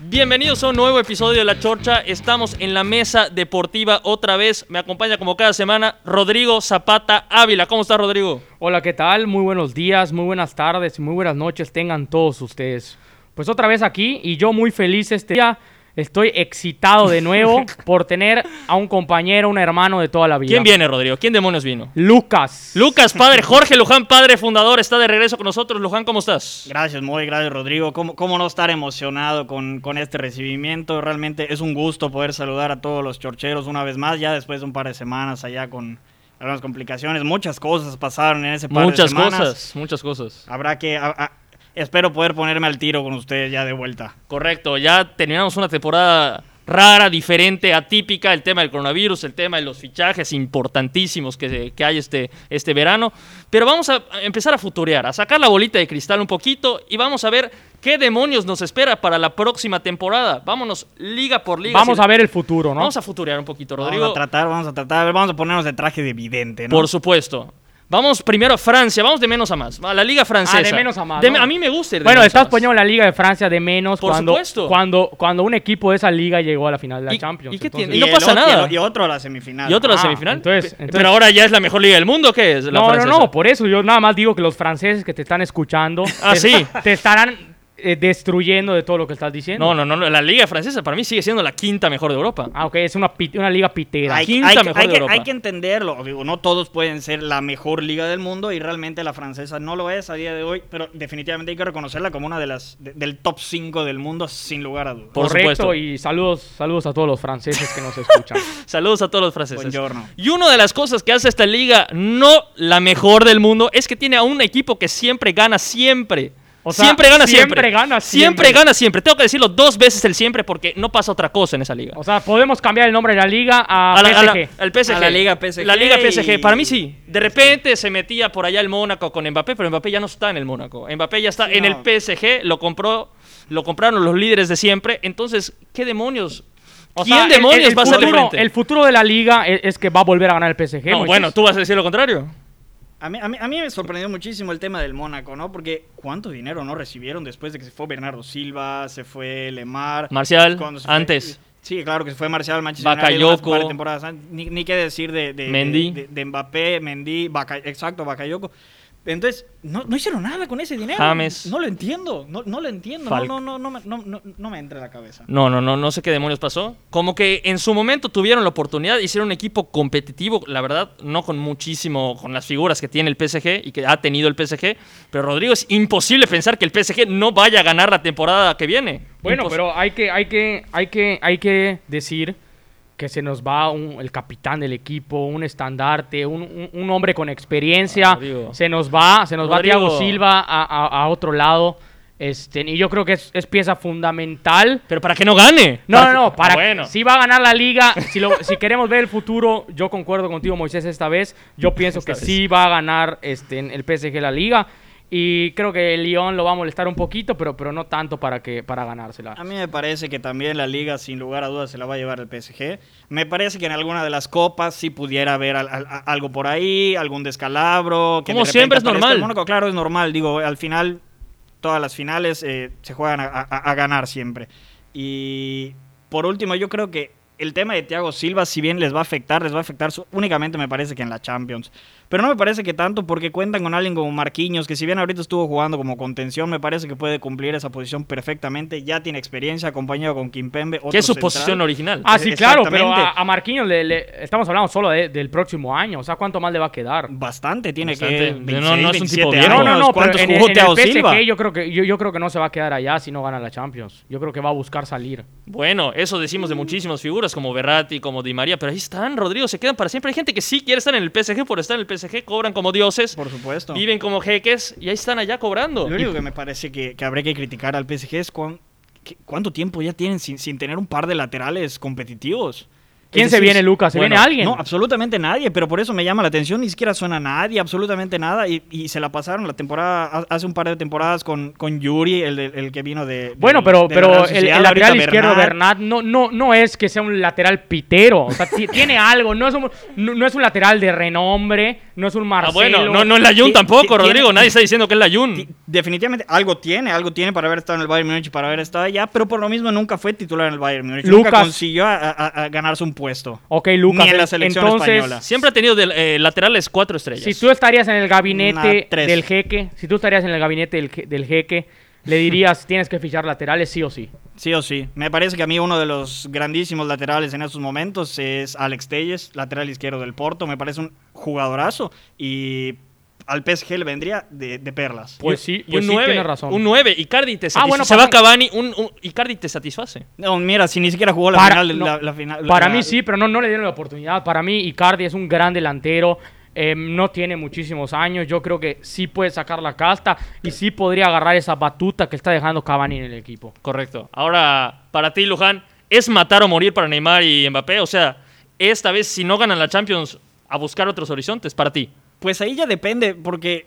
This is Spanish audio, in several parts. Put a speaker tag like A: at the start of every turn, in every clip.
A: Bienvenidos a un nuevo episodio de La Chorcha. Estamos en la mesa deportiva otra vez. Me acompaña como cada semana Rodrigo Zapata Ávila. ¿Cómo estás, Rodrigo?
B: Hola, ¿qué tal? Muy buenos días, muy buenas tardes y muy buenas noches tengan todos ustedes. Pues otra vez aquí y yo muy feliz este día. Estoy excitado de nuevo por tener a un compañero, un hermano de toda la vida.
A: ¿Quién viene, Rodrigo? ¿Quién demonios vino?
B: Lucas.
A: Lucas, padre, Jorge Luján, padre fundador, está de regreso con nosotros. Luján, ¿cómo estás?
C: Gracias, muy gracias, Rodrigo. ¿Cómo, cómo no estar emocionado con, con este recibimiento? Realmente es un gusto poder saludar a todos los chorcheros una vez más, ya después de un par de semanas allá con algunas complicaciones. Muchas cosas pasaron en ese par de
A: Muchas
C: semanas.
A: cosas, muchas cosas.
C: Habrá que... a- a- espero poder ponerme al tiro con ustedes ya de vuelta.
A: Correcto, ya terminamos una temporada rara, diferente, atípica, el tema del coronavirus, el tema de los fichajes importantísimos que, que hay este, este verano, pero vamos a empezar a futurear, a sacar la bolita de cristal un poquito y vamos a ver qué demonios nos espera para la próxima temporada. Vámonos liga por liga.
B: Vamos
A: Si-
B: a ver el futuro, ¿no?
A: Vamos a futurear un poquito, Rodrigo.
C: Vamos a tratar, vamos a tratar. A ver, vamos a ponernos de traje de vidente, ¿no?
A: Por supuesto. Vamos primero a Francia, vamos de menos a más, a la liga francesa.
B: Ah, menos a más,
A: De-
B: ¿no?
A: A mí me gusta ir de
B: Bueno,
A: menos a
B: estás
A: más.
B: poniendo la Liga de Francia de menos
A: Por
B: cuando,
A: supuesto.
B: cuando cuando un equipo de esa liga llegó a la final de la
A: ¿Y-
B: Champions.
A: y qué
B: entonces-
A: tiene? no
C: el
A: pasa
C: otro-
A: nada.
C: Y otro a la semifinal.
A: ¿Y otra
B: Ah,
A: semifinal?
B: entonces-
A: Pe-
B: entonces-
A: Pero ahora ya es la mejor liga del mundo, ¿qué es? La
B: No, no,
A: francesa?
B: no, por eso yo nada más digo que los franceses que te están escuchando
A: Ah,
B: te,
A: sí.
B: te estarán eh, destruyendo de todo lo que estás diciendo.
A: No, no, no, no, la liga francesa para mí sigue siendo la quinta mejor de Europa.
B: Ah, ok, es una, pit- una liga pitera.
A: Ay,
C: Hay,
A: quinta
C: hay que-
A: mejor
C: hay
A: de
C: que,
A: Europa.
C: hay que entenderlo. Digo, no todos pueden ser la mejor liga del mundo y realmente la francesa no lo es a día de hoy, pero definitivamente hay que reconocerla como una de las de- del top 5 del mundo sin lugar a dudas.
A: Por
B: Correcto,
A: supuesto.
B: y saludos, saludos a todos los franceses que nos escuchan.
A: Saludos a todos los franceses.
C: Buongiorno.
A: Y una de las cosas que hace esta liga no la mejor del mundo es que tiene a un equipo que siempre gana siempre.
B: O sea,
A: siempre gana siempre.
B: siempre gana
A: siempre.
B: siempre.
A: gana siempre. Tengo que decirlo dos veces el siempre porque no pasa otra cosa en esa liga.
B: o sea, podemos cambiar el nombre de la liga a,
A: A la- a la-
B: PSG.
A: al PSG.
C: A la Liga PSG
A: La Liga PSG.
C: y-
A: Para mí sí. De repente se metía por allá el Mónaco con Mbappé, pero Mbappé ya no está en el Mónaco. Mbappé ya está
C: Sí,
A: en
C: no.
A: el PSG. Lo compró, lo compraron los líderes de siempre. Entonces, ¿qué demonios?
B: O
A: ¿Quién
B: sea, el-
A: demonios
B: el
A: va a ser
B: futuro-
A: frente?
B: El futuro de la liga es, es que va a volver a ganar el PSG.
A: No,
B: Moisés.
A: bueno, tú vas a decir lo contrario.
C: A mí, a, mí, a mí me sorprendió muchísimo el tema del Mónaco, ¿no? Porque cuánto dinero no recibieron después de que se fue Bernardo Silva, se fue Lemar.
A: Marcial,
C: cuando se
A: antes.
C: sí, claro que se fue Marcial al Manchester United
A: Bakayoko.
C: unas par de temporadas antes. Ni, ni qué decir de, de,
A: Mendy.
C: de, de Mbappé, Mendy, Baca- exacto, Bakayoko. Entonces, no, no hicieron nada con ese dinero.
A: James.
C: No lo entiendo, no, no lo entiendo.
A: Falcao.
C: No, no, no, no, me- no, no, no me entra en la cabeza.
A: No, no, no, no sé qué demonios pasó. Como que en su momento tuvieron la oportunidad, hicieron un equipo competitivo, la verdad, no con muchísimo, con las figuras que tiene el PSG y que ha tenido el PSG. Pero Rodrigo, es imposible pensar que el PSG no vaya a ganar la temporada que viene.
B: Bueno,
A: Impos-
B: pero hay que, hay que, hay que, hay que decir que se nos va un- el capitán del equipo, un estandarte, un, un- un hombre con experiencia.
A: Ah, Rodrigo.
B: se nos va, se nos
A: Rodrigo.
B: va Thiago Silva a, a- a otro lado. Este, y yo creo que es, es pieza fundamental.
A: Pero para que no gane.
B: No, no, no,
A: Ah,
B: para
A: bueno.
B: si va a ganar la liga, si, lo- si queremos ver el futuro, yo concuerdo contigo Moisés esta vez, yo pienso
A: Esta
B: que
A: vez.
B: sí va a ganar este, en el PSG la liga y creo que el Lyon lo va a molestar un poquito, pero, pero no tanto para que para ganársela.
C: A mí me parece que también la liga, sin lugar a dudas, se la va a llevar el PSG. Me parece que en alguna de las copas sí pudiera haber al- al- a- algo por ahí, algún descalabro. Que
A: Como
C: de repente
A: siempre es
C: aparezca
A: normal.
C: el Mónaco, claro, es normal. Digo, al final, todas las finales eh, se juegan a, a- a ganar siempre. Y por último, yo creo que el tema de Thiago Silva, si bien les va a afectar, les va a afectar su- únicamente, me parece que en la Champions. Pero no me parece que tanto porque cuentan con alguien como Marquinhos, que si bien ahorita estuvo jugando como contención, me parece que puede cumplir esa posición perfectamente. Ya tiene experiencia, acompañado con Kimpembe. otro
A: Que es su
C: central.
A: posición original.
B: Ah, sí, claro, pero a,
C: Exactamente.
B: a Marquinhos le, le- estamos hablando solo de- del próximo año, o sea, ¿cuánto más le va a quedar?
C: Bastante, tiene
A: Bastante.
C: que.
A: No,
C: 26,
A: no es un tipo viejo.
C: 27
B: No,
C: años.
B: no, no, pero
C: ¿Cuántos
B: en,
C: jugó
B: en el
C: Thiago
B: PSG
C: Silva?
B: yo creo que yo, yo creo que no se va a quedar allá si no gana la Champions. Yo creo que va a buscar salir.
A: Bueno, eso decimos de muchísimas figuras como Berratti, como Di María, pero ahí están, Rodrigo, se quedan para siempre. Hay gente que sí quiere estar en el PSG por estar en el PSG, cobran como dioses,
C: Por supuesto.
A: viven como jeques y ahí están allá cobrando.
C: Lo único que me parece que, que habría que criticar al PSG es cuán- que- cuánto tiempo ya tienen sin, sin tener un par de laterales competitivos.
B: ¿Quién
C: Es
B: se
C: decir,
B: viene, Lucas? ¿Se
A: bueno,
B: viene alguien?
C: No, absolutamente nadie, pero por eso me llama la atención, ni siquiera suena nadie, absolutamente nada, y, y se la pasaron la temporada, ha- hace un par de temporadas con, con Yuri, el, de- el que vino de...
B: Bueno,
C: del-
B: pero,
C: de la Real
B: pero el,
C: Sociedad,
B: el lateral
C: ahorita
B: izquierdo Bernat
C: Bernat.
B: no, no, no es que sea un lateral pitero. O sea, ti- tiene algo. No es, un, no, no es un lateral de renombre. no es un
A: Ah,
B: Marcelo.
A: bueno, no, no es la Jun
C: Ti-
A: tampoco,
C: ti-
A: Rodrigo.
C: tiene-
A: Nadie está diciendo que es la
C: Ti-
A: Jun.
C: Definitivamente algo tiene, algo tiene para haber estado en el Bayern Múnich, para haber estado allá, pero por lo mismo nunca fue titular en el Bayern Múnich. Nunca
B: Lucas.
C: consiguió a, a- a ganarse un puesto.
B: Ok, Lucas.
C: Ni en la
B: en-
C: selección
B: entonces,
C: española.
A: Siempre ha tenido del- eh, laterales cuatro estrellas.
B: Si tú estarías en el gabinete
C: Nah, tres.
B: del jeque, si tú estarías en el gabinete del, je- del jeque, le dirías, tienes que fichar laterales sí o sí.
C: Sí o sí. Me parece que a mí uno de los grandísimos laterales en estos momentos es Alex Telles, lateral izquierdo del Porto. Me parece un jugadorazo y al PSG le vendría de, de perlas.
B: Pues
A: Y-
B: sí,
A: y
B: pues
A: un
B: sí,
A: nueve,
B: tienes razón. Ah,
A: Un 9, Icardi te satisface.
B: bueno,
A: se va
B: perdón.
A: Cavani, un, un- Icardi te satisface.
C: No, mira, si ni siquiera jugó la
B: Para-
C: final. de
B: no.
C: la, la final
B: Para
C: la-
B: mí sí, pero no, no le dieron la oportunidad. Para mí Icardi es un gran delantero, eh, no tiene muchísimos años, yo creo que sí puede sacar la casta y sí podría agarrar esa batuta que está dejando Cavani en el equipo.
A: Correcto. Ahora, para ti, Luján, ¿es matar o morir para Neymar y Mbappé? O sea, esta vez, si no ganan la Champions, a buscar otros horizontes para ti.
C: Pues ahí ya depende, porque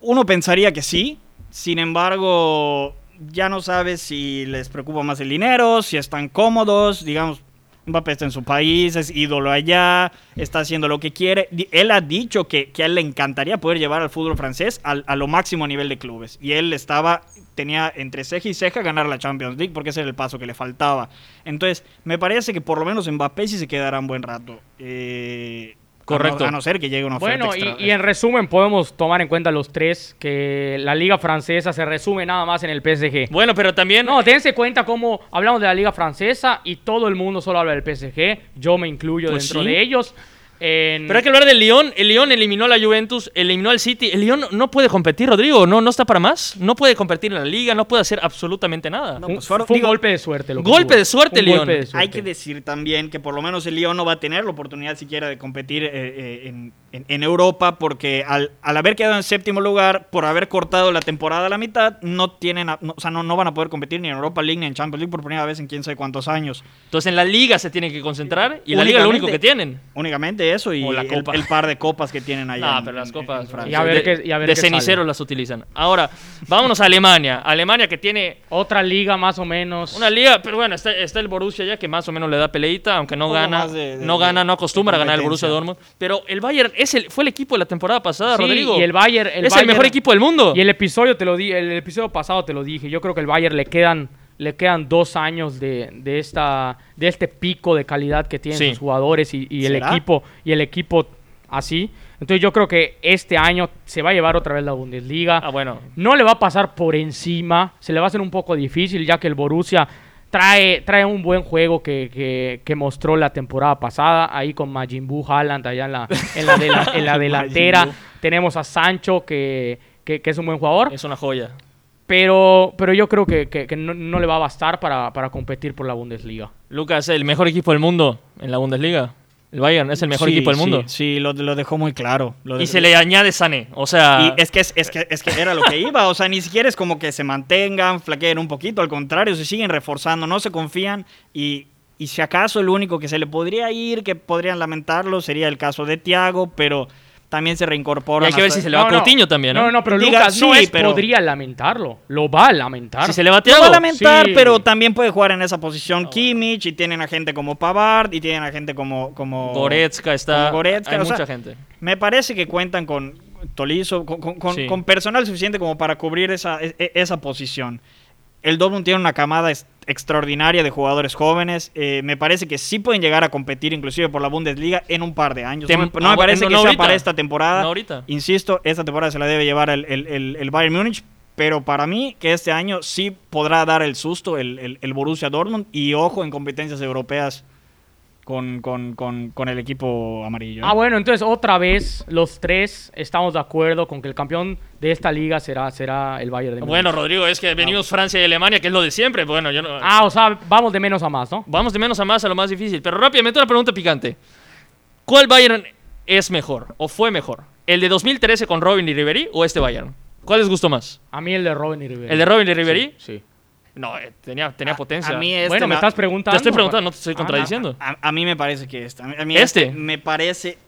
C: uno pensaría que sí, sin embargo, ya no sabes si les preocupa más el dinero, si están cómodos, digamos, Mbappé está en su país, es ídolo allá, está haciendo lo que quiere. Di- Él ha dicho que, que a él le encantaría poder llevar al fútbol francés al- a lo máximo nivel de clubes, y él estaba, tenía entre ceja y ceja ganar la Champions League, porque ese era el paso que le faltaba. Entonces, me parece que por lo menos Mbappé sí se quedará un buen rato. Eh, a no-
A: Correcto.
C: A no, ser que llegue una oferta
B: Bueno, y,
C: extra- eh.
B: y en resumen podemos tomar en cuenta los tres, que la liga francesa se resume nada más en el PSG.
A: Bueno, pero también.
B: No, dense cuenta cómo hablamos de la liga francesa y todo el mundo solo habla del PSG. Yo me incluyo
A: Pues
B: dentro
A: sí.
B: de ellos. En-
A: pero hay que hablar del Lyon. El Lyon eliminó a la Juventus, eliminó al City. El Lyon no puede competir, Rodrigo. No, no está para más. No puede competir en la liga, no puede hacer absolutamente nada.
C: No,
B: un-
C: pues fueron-
B: fue un
C: digo,
B: golpe de suerte. Lo que
A: golpe
B: tuvo.
A: de suerte,
B: Un
A: León.
B: golpe de
C: Hay
B: suerte.
C: que decir también que por lo menos el Lyon no va a tener la oportunidad siquiera de competir eh, eh, en, en- en Europa porque al, al haber quedado en séptimo lugar, por haber cortado la temporada a la mitad, no tienen, a- no- o sea, no, no van a poder competir ni en Europa League ni en Champions League por primera vez en quién sabe cuántos años.
A: Entonces, en la liga se tienen que concentrar y la liga es lo único
C: Únicamente-
A: que tienen.
C: Únicamente eso y
A: O la
C: el-
A: copa.
C: El, par de copas que tienen ahí.
A: Ah,
C: en-
A: pero las
C: en- en
A: copas
C: Francia.
B: Y a ver
A: de,
B: qué- y a ver
A: de
B: qué
A: cenicero
B: sale.
A: las utilizan. Ahora, vámonos a Alemania. Alemania que tiene
B: Otra liga más o menos.
A: una liga, pero bueno, está, está el Borussia ya que más o menos le da peleita, aunque no
C: poco
A: gana,
C: más de- de-
A: no gana, no
C: de
A: acostumbra a ganar el Borussia
C: competencia.
A: Dortmund, pero el Bayern es el, fue el equipo de la temporada pasada,
B: Sí,
A: Rodrigo.
B: y el Bayern- el
A: es el
B: Bayern-
A: mejor equipo del mundo.
B: Y el episodio te lo di, el episodio pasado te lo dije. Yo creo que el Bayern le quedan, le quedan dos años de, de esta, de este pico de calidad que tienen
A: Sí.
B: sus jugadores y, y el
C: ¿Será?
B: equipo, y el equipo así. Entonces yo creo que este año se va a llevar otra vez la Bundesliga.
A: Ah, bueno.
B: No le va a pasar por encima. Se le va a hacer un poco difícil ya que el Borussia trae, trae un buen juego que, que- que mostró la temporada pasada. Ahí con Majin Buu Haaland allá en la, en la, dela- en la delantera.
C: Majin
B: Tenemos a Sancho que, que- que es un buen jugador.
A: Es una joya.
B: Pero, pero yo creo que, que- que no, no le va a bastar para, para competir por la Bundesliga.
A: Lucas, el mejor equipo del mundo en la Bundesliga. El Bayern es el mejor
C: Sí,
A: equipo del mundo.
C: Sí, sí, lo, lo dejó muy claro. Lo
A: Y
C: de-
A: se le añade Sané, o sea,
C: Y es que, es, es que, es que era lo que iba, o sea, ni siquiera es como que se mantengan, flaqueen un poquito, al contrario, se siguen reforzando, no se confían y, y si acaso el único que se le podría ir, que podrían lamentarlo, sería el caso de Tiago, pero también se
A: y
C: reincorpora.
A: hay que ver si se le va a Coutinho también, ¿no?
B: No, no, pero
C: Diga,
B: Lucas no
C: sí,
B: es
C: pero-
B: podría lamentarlo. Lo va a lamentar.
A: Si se le va a
C: Lo va a
A: Thiago. Ah,
C: lamentar,
B: Sí.
C: pero también puede jugar en esa posición Kimmich y tienen a gente como Pavard y tienen a gente como... como
A: Goretzka está.
C: Como Goretzka,
A: hay
C: o sea,
A: mucha gente.
C: Me parece que cuentan con Tolizo, con, con- con-
A: Sí.
C: con personal suficiente como para cubrir esa, e- e- esa posición. El Dortmund tiene una camada ex- extraordinaria de jugadores jóvenes. Eh, me parece que sí pueden llegar a competir inclusive por la Bundesliga en un par de años.
A: Tem-
C: no me, no me
A: ah,
C: parece
A: no,
C: que
A: no
C: sea
A: ahorita.
C: para esta temporada.
A: No ahorita.
C: Insisto, esta temporada se la debe llevar el, el- el- el Bayern Múnich. Pero para mí, que este año sí podrá dar el susto el, el- el Borussia Dortmund. Y ojo en competencias europeas con, con- con- con el equipo amarillo. ¿eh?
B: Ah, bueno, entonces otra vez los tres estamos de acuerdo con que el campeón de esta liga será, será el Bayern de Múnich.
A: Bueno, Rodrigo, es que venimos Francia y Alemania, que es lo de siempre. Bueno, yo no.
B: Ah, o sea, vamos de menos a más, ¿no?
A: Vamos de menos a más a lo más difícil. Pero rápidamente una pregunta picante. ¿Cuál Bayern es mejor o fue mejor? ¿El de 2013 con Robin y Ribery o este Bayern? ¿Cuál les gustó más?
B: A mí el de Robin y Ribery.
A: ¿El de Robin y Ribery?
B: Sí.
A: No, eh, tenía, tenía potencia.
C: A mí este
B: bueno, me
C: ha-
B: estás
A: Te
B: preguntando.
A: estoy preguntando, no te estoy
B: Ah,
A: contradiciendo.
C: A, a mí me parece que este. A mí, a mí
A: ¿Este?
C: este. me parece.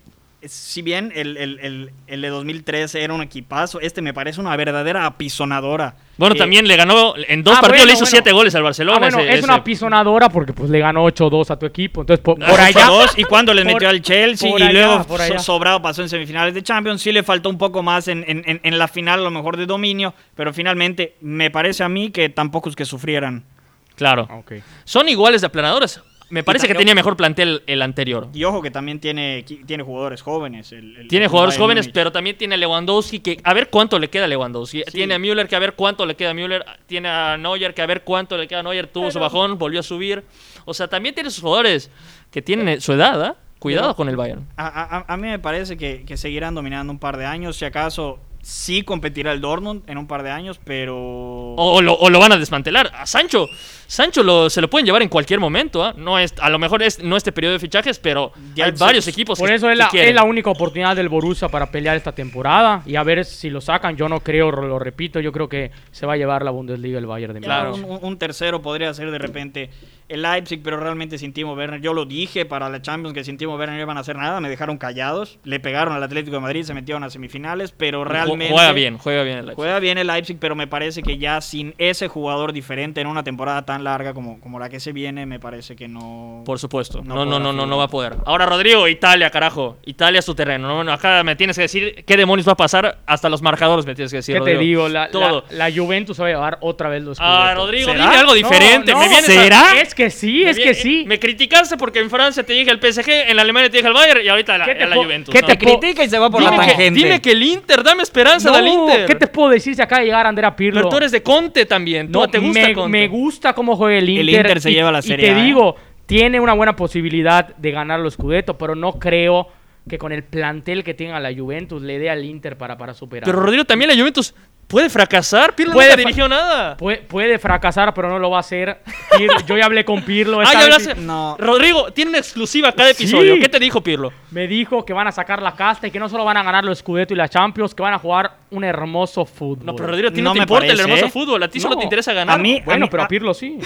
C: Si bien el, el- el- el de 2013 era un equipazo, este me parece una verdadera apisonadora.
A: Bueno,
C: Eh,
A: también le ganó en dos
B: Ah,
A: partidos,
B: bueno,
A: le hizo
B: bueno.
A: siete goles al Barcelona.
B: Ah, bueno,
A: ese-
B: es
A: ese-
B: una pisonadora porque pues le ganó 8-2 a tu equipo. Entonces, por, por
C: Ocho
B: allá.
C: dos, y cuando les
B: por-
C: metió al Chelsea
B: por
C: y
B: allá,
C: luego
B: por
C: so-
B: allá.
C: sobrado pasó en semifinales de Champions. Sí le faltó un poco más en, en- en- en la final, a lo mejor de dominio, pero finalmente me parece a mí que tampoco es que sufrieran.
A: Claro.
B: Ah, ok.
A: Oh. Son iguales de aplanadoras. Me parece que
C: también-
A: tenía mejor plantel el anterior.
C: Y ojo que también tiene, qui- tiene jugadores jóvenes. el- el-
A: Tiene
C: el
A: jugadores
C: Bayern
A: jóvenes,
C: Múnich.
A: pero también tiene a Lewandowski, que a ver cuánto le queda a Lewandowski. Tiene a Müller, que a ver cuánto le queda a Müller. Tiene a Neuer, que a ver cuánto le queda a Neuer. Tuvo su bajón, volvió a subir. O sea, también tiene sus jugadores que tienen eh, su edad, ¿ah? Cuidado con el Bayern.
C: A, a- a- a mí me parece que, que seguirán dominando un par de años. Si acaso sí competirá el Dortmund en un par de años, pero...
A: O, o lo, o lo van a desmantelar. A Sancho. Sancho lo, se lo pueden llevar en cualquier momento. ¿ah? No es, a lo mejor es, no este periodo de fichajes, pero
C: Ya
A: hay
C: se-
A: varios equipos
B: Por
A: que-
B: eso
A: que
B: es la,
A: quieren.
B: es la única oportunidad del Borussia para pelear esta temporada. Y a ver si lo sacan. Yo no creo, lo repito, yo creo que se va a llevar la Bundesliga el Bayern de
C: Ya
A: Claro.
B: Múnich.
C: Un, un- un tercero podría ser de repente el Leipzig, pero realmente sin Timo Werner. Yo lo dije para la Champions que sin Timo Werner no iban a hacer nada, me dejaron callados. Le pegaron al Atlético de Madrid, se metieron a semifinales, pero
A: Ju-
C: realmente.
A: Juega bien, juega bien el Leipzig.
C: Juega bien el Leipzig, pero me parece que ya sin ese jugador diferente en una temporada tan larga como, como la que se viene, me parece que no.
A: Por supuesto.
C: No
A: No, no,
C: podrá
A: no, no, no
C: figurar.
A: va a poder. Ahora, Rodrigo, Italia, carajo. Italia es su terreno. No, no, acá me tienes que decir qué demonios va a pasar. Hasta los marcadores me tienes que decir.
B: ¿Qué te
A: Rodrigo.
B: digo? La, la-
A: Todo.
B: la Juventus se va a llevar otra vez los
A: Ah,
B: Scudetto.
A: Rodrigo,
C: ¿Será?
A: dime algo diferente.
B: No,
A: me
B: no.
A: vienes a-
C: ¿Será?
B: Es que sí,
A: me
B: es
A: vie-
B: que sí.
A: Me criticaste porque en Francia te dije el PSG, en Alemania te dije el Bayern y ahorita la,
B: ¿Qué te
A: a la
B: po-
A: Juventus.
B: qué
A: ¿no?
B: te po-
C: Critica y se va por
A: dime,
C: la
A: que,
C: tangente.
A: dime que el Inter, dame esperanza del
B: No,
A: Inter.
B: ¿Qué te puedo decir si acaba de llegar Andrea Pirlo?
A: Pero tú eres de Conte también. No, te gusta
B: me,
A: Conte.
B: me gusta cómo juega el Inter.
C: El Inter se
B: y-
C: lleva la Serie
B: Y te
C: A, ¿eh?
B: digo, tiene una buena posibilidad de ganar los Scudetto, pero no creo que con el plantel que tenga la Juventus le dé al Inter para, para superar.
A: Pero Rodrigo también la Juventus puede fracasar. Pirlo
B: Puede
A: nunca
B: fra-
A: dirigió nada.
B: Pue- puede fracasar, pero no lo va a hacer. Pirlo- yo ya hablé con Pirlo.
A: Ah,
B: esta
A: ya
B: vez
A: hablaste.
C: No.
A: Rodrigo, tiene una exclusiva cada episodio.
B: Sí.
A: ¿Qué te dijo Pirlo?
B: Me dijo que van a sacar la casta y que no solo van a ganar los Scudetto y la Champions, que van a jugar un hermoso fútbol.
A: No, pero Rodrigo, a ti no,
C: No
A: te
C: me
A: importa el
C: parece,
A: hermoso
C: ¿eh?
A: fútbol. A ti solo
B: No.
A: te interesa ganar.
C: A mí-
B: bueno, eh, pero
C: ah,
B: a Pirlo sí.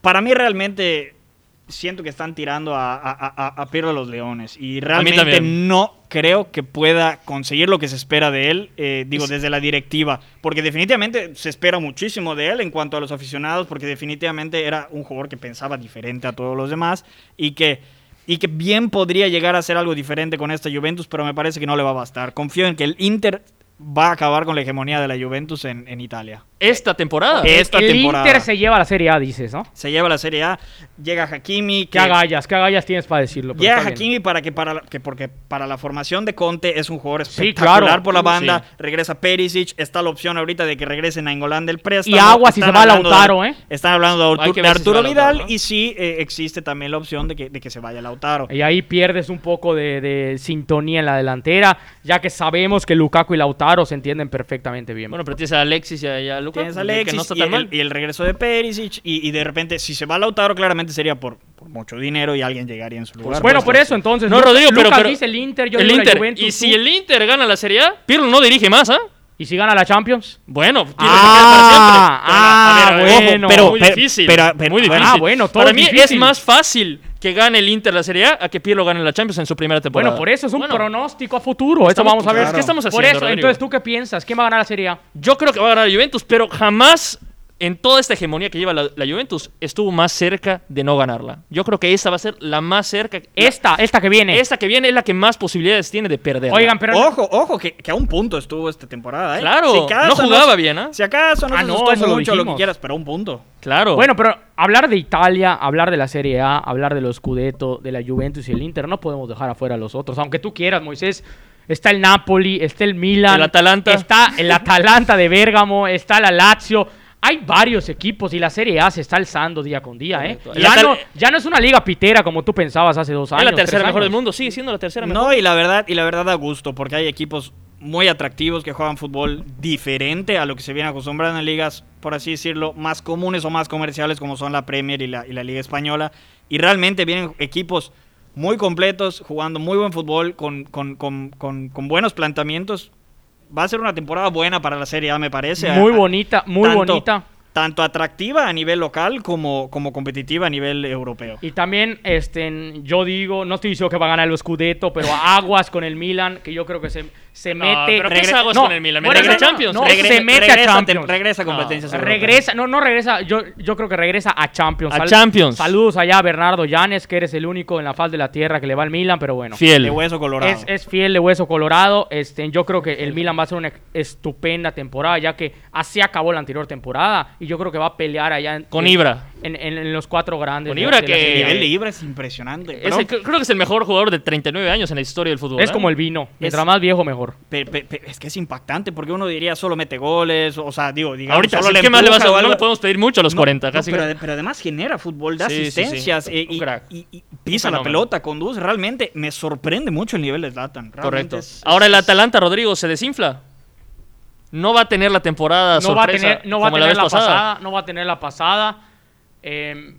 C: Para mí realmente siento que están tirando a, a, a- a Pirlo a los Leones y realmente
A: también.
C: no creo que pueda conseguir lo que se espera de él, eh, digo, desde la directiva, porque definitivamente se espera muchísimo de él en cuanto a los aficionados, porque definitivamente era un jugador que pensaba diferente a todos los demás y que... Y que bien podría llegar a hacer algo diferente con esta Juventus, pero me parece que no le va a bastar. Confío en que el Inter va a acabar con la hegemonía de la Juventus en, en Italia.
A: Esta temporada.
C: Eh, esta
B: el
C: temporada.
B: Inter se lleva la Serie A, dices, ¿no?
C: Se lleva la Serie A, llega Hakimi,
B: ¿Qué
C: que
B: agallas? ¿Qué agallas tienes para decirlo? Pero
C: Llega
B: está bien.
C: Hakimi para que para la- que porque para la formación de Conte es un jugador
B: Sí,
C: espectacular
B: claro.
C: por la banda,
A: Sí.
C: regresa Perisic, está la opción ahorita de que regresen a Engolán del préstamo.
B: Y aguas si
C: Están
B: se va
C: hablando de-
B: Lautaro, ¿eh?
C: Están hablando de, Artu-
A: Hay que
C: de
A: ver si se va
C: Arturo Vidal
A: Lautaro, ¿no?
C: y sí eh, existe también la opción de que, de que se vaya Lautaro.
B: Y ahí pierdes un poco de, de sintonía en la delantera, ya que sabemos que Lukaku y Lautaro se entienden perfectamente bien.
A: Bueno, pero tienes a Alexis y a, y a Lucas.
C: Tienes a Alexis
A: Que no está
C: y,
A: tan
C: el,
A: mal.
C: y el regreso de Perisic y, y de repente si se va Lautaro claramente sería por, por mucho dinero y alguien llegaría en su lugar.
B: bueno,
C: Pues,
B: por eso entonces.
A: No, Rodrigo, pero-
B: Lucas
A: pero-
B: dice el Inter, yo
A: El
B: digo la
A: Inter.
B: Juventus,
A: y
B: tú.
A: si el Inter gana la Serie A, Pirlo no dirige más, ¿ah?
B: ¿Y si gana la Champions?
A: Bueno, Pirlo se
B: Ah,
A: queda para siempre. Pero, a ver, ojo,
B: ah, bueno.
A: pero,
C: Muy
A: pero-
C: difícil.
A: pero- pero-
C: Muy
A: ah,
C: difícil.
A: bueno,
B: todo
A: Para
B: es
A: mí es
B: difícil.
A: más fácil que gane el Inter la Serie A a que Pirlo gane la Champions en su primera temporada.
B: Bueno, por eso es un
A: Bueno,
B: pronóstico a futuro. Eso
A: estamos-
B: vamos a ver.
A: claro. ¿Qué estamos
B: Por
A: haciendo,
B: eso,
A: Rodrigo?
B: entonces, ¿tú qué piensas? ¿Quién va a ganar la Serie A?
A: Yo creo que va a ganar la Juventus, pero jamás en toda esta hegemonía que lleva la, la Juventus estuvo más cerca de no ganarla. Yo creo que esta va a ser la más cerca.
B: Esta, esta que viene.
A: Esta que viene es la que más posibilidades tiene de perder.
B: Oigan, pero.
C: Ojo, ojo, que, que a un punto estuvo esta temporada, ¿eh?
A: Claro,
C: acaso
A: no jugaba
C: se-
A: bien, ¿ah?
C: Si acaso no
B: Ah,
C: se
B: no,
C: asustó
B: eso lo
C: mucho lo que
B: dijimos.
C: quieras, pero a un punto.
A: claro.
B: Bueno, pero hablar de Italia, hablar de la Serie A, hablar de los Scudetto, de la Juventus y el Inter, no podemos dejar afuera a los otros. Aunque tú quieras, Moisés, está el Napoli, está el Milan.
A: El Atalanta.
B: Está el Atalanta de Bérgamo, está la Lazio. Hay varios equipos y la Serie A se está alzando día con día, ¿eh?
A: Correcto. El
B: Ya
A: Atal-
B: no, ya no es una liga pitera como tú pensabas hace dos
A: es
B: años.
A: la tercera
B: tres
A: mejor del
B: años.
A: mundo, sigue siendo la tercera mejor.
C: No, y la verdad, y la verdad da gusto, porque hay equipos muy atractivos que juegan fútbol diferente a lo que se viene acostumbrado en ligas, por así decirlo, más comunes o más comerciales como son la Premier y la, y la Liga Española. Y realmente vienen equipos muy completos, jugando muy buen fútbol, con, con- con- con- con buenos planteamientos. Va a ser una temporada buena para la Serie A, me parece.
B: Muy
C: A-
B: bonita, muy
C: tanto-
B: bonita.
C: tanto atractiva a nivel local como, como competitiva a nivel europeo.
B: Y también, este, yo digo, no estoy diciendo que va a ganar el Scudetto, pero aguas con el Milan, que yo creo que se, se
A: No,
B: mete.
A: pero ¿qué
C: regre-
A: se hago
B: no,
A: con el Milan?
B: bueno,
A: Regresa
B: no,
A: a Champions.
B: no,
A: Regresa-
B: se mete
C: regresa,
B: a Champions.
C: te- regresa a
A: No,
C: competencias europeas.
B: Regresa, no, no regresa. Yo, yo creo que regresa a Champions.
A: A Champions.
B: Saludos allá a Bernardo Llanes, que eres el único en la faz de la tierra que le va al Milan, pero bueno.
C: de
A: Fiel.
C: hueso colorado.
B: Es, es fiel de hueso colorado. Este, yo creo que el Milan va a hacer una estupenda temporada, ya que así acabó la anterior temporada. Y yo creo que va a pelear allá en-
A: Con
B: en-
A: Ibra.
B: En, en- en los cuatro grandes.
A: Con
B: de-
A: Ibra
B: de la
A: que-
C: el
B: Serie A.
C: nivel de Ibra es impresionante.
A: Es
C: pero-
A: el- creo que es el mejor jugador de 39 años en la historia del fútbol.
B: Es
A: ¿eh?
B: como el vino. Mientras más viejo, mejor.
C: pe- pe- pe- es que es impactante porque uno diría solo mete goles, o sea, digo, digamos,
A: Ahorita,
C: solo
A: sí, ¿qué más le vas a
C: empuja o
A: No
C: algo.
A: le podemos pedir mucho a los
C: No,
A: 40,
C: no,
A: casi.
C: pero, pero además genera fútbol, da
A: Sí, sí, sí.
C: asistencias eh,
A: Un
C: y,
A: crack.
C: y- y pisa
A: Un
C: la
A: fenómeno.
C: pelota, conduce. Realmente me sorprende mucho el nivel de Zlatan. Realmente
A: Correcto.
C: es-
A: Ahora el Atalanta, Rodrigo, se desinfla. No va a tener la temporada
B: No va a
A: sorpresa
B: tener, no va a
A: como
B: tener
A: vez
B: la, pasada. No va a tener la pasada. Eh,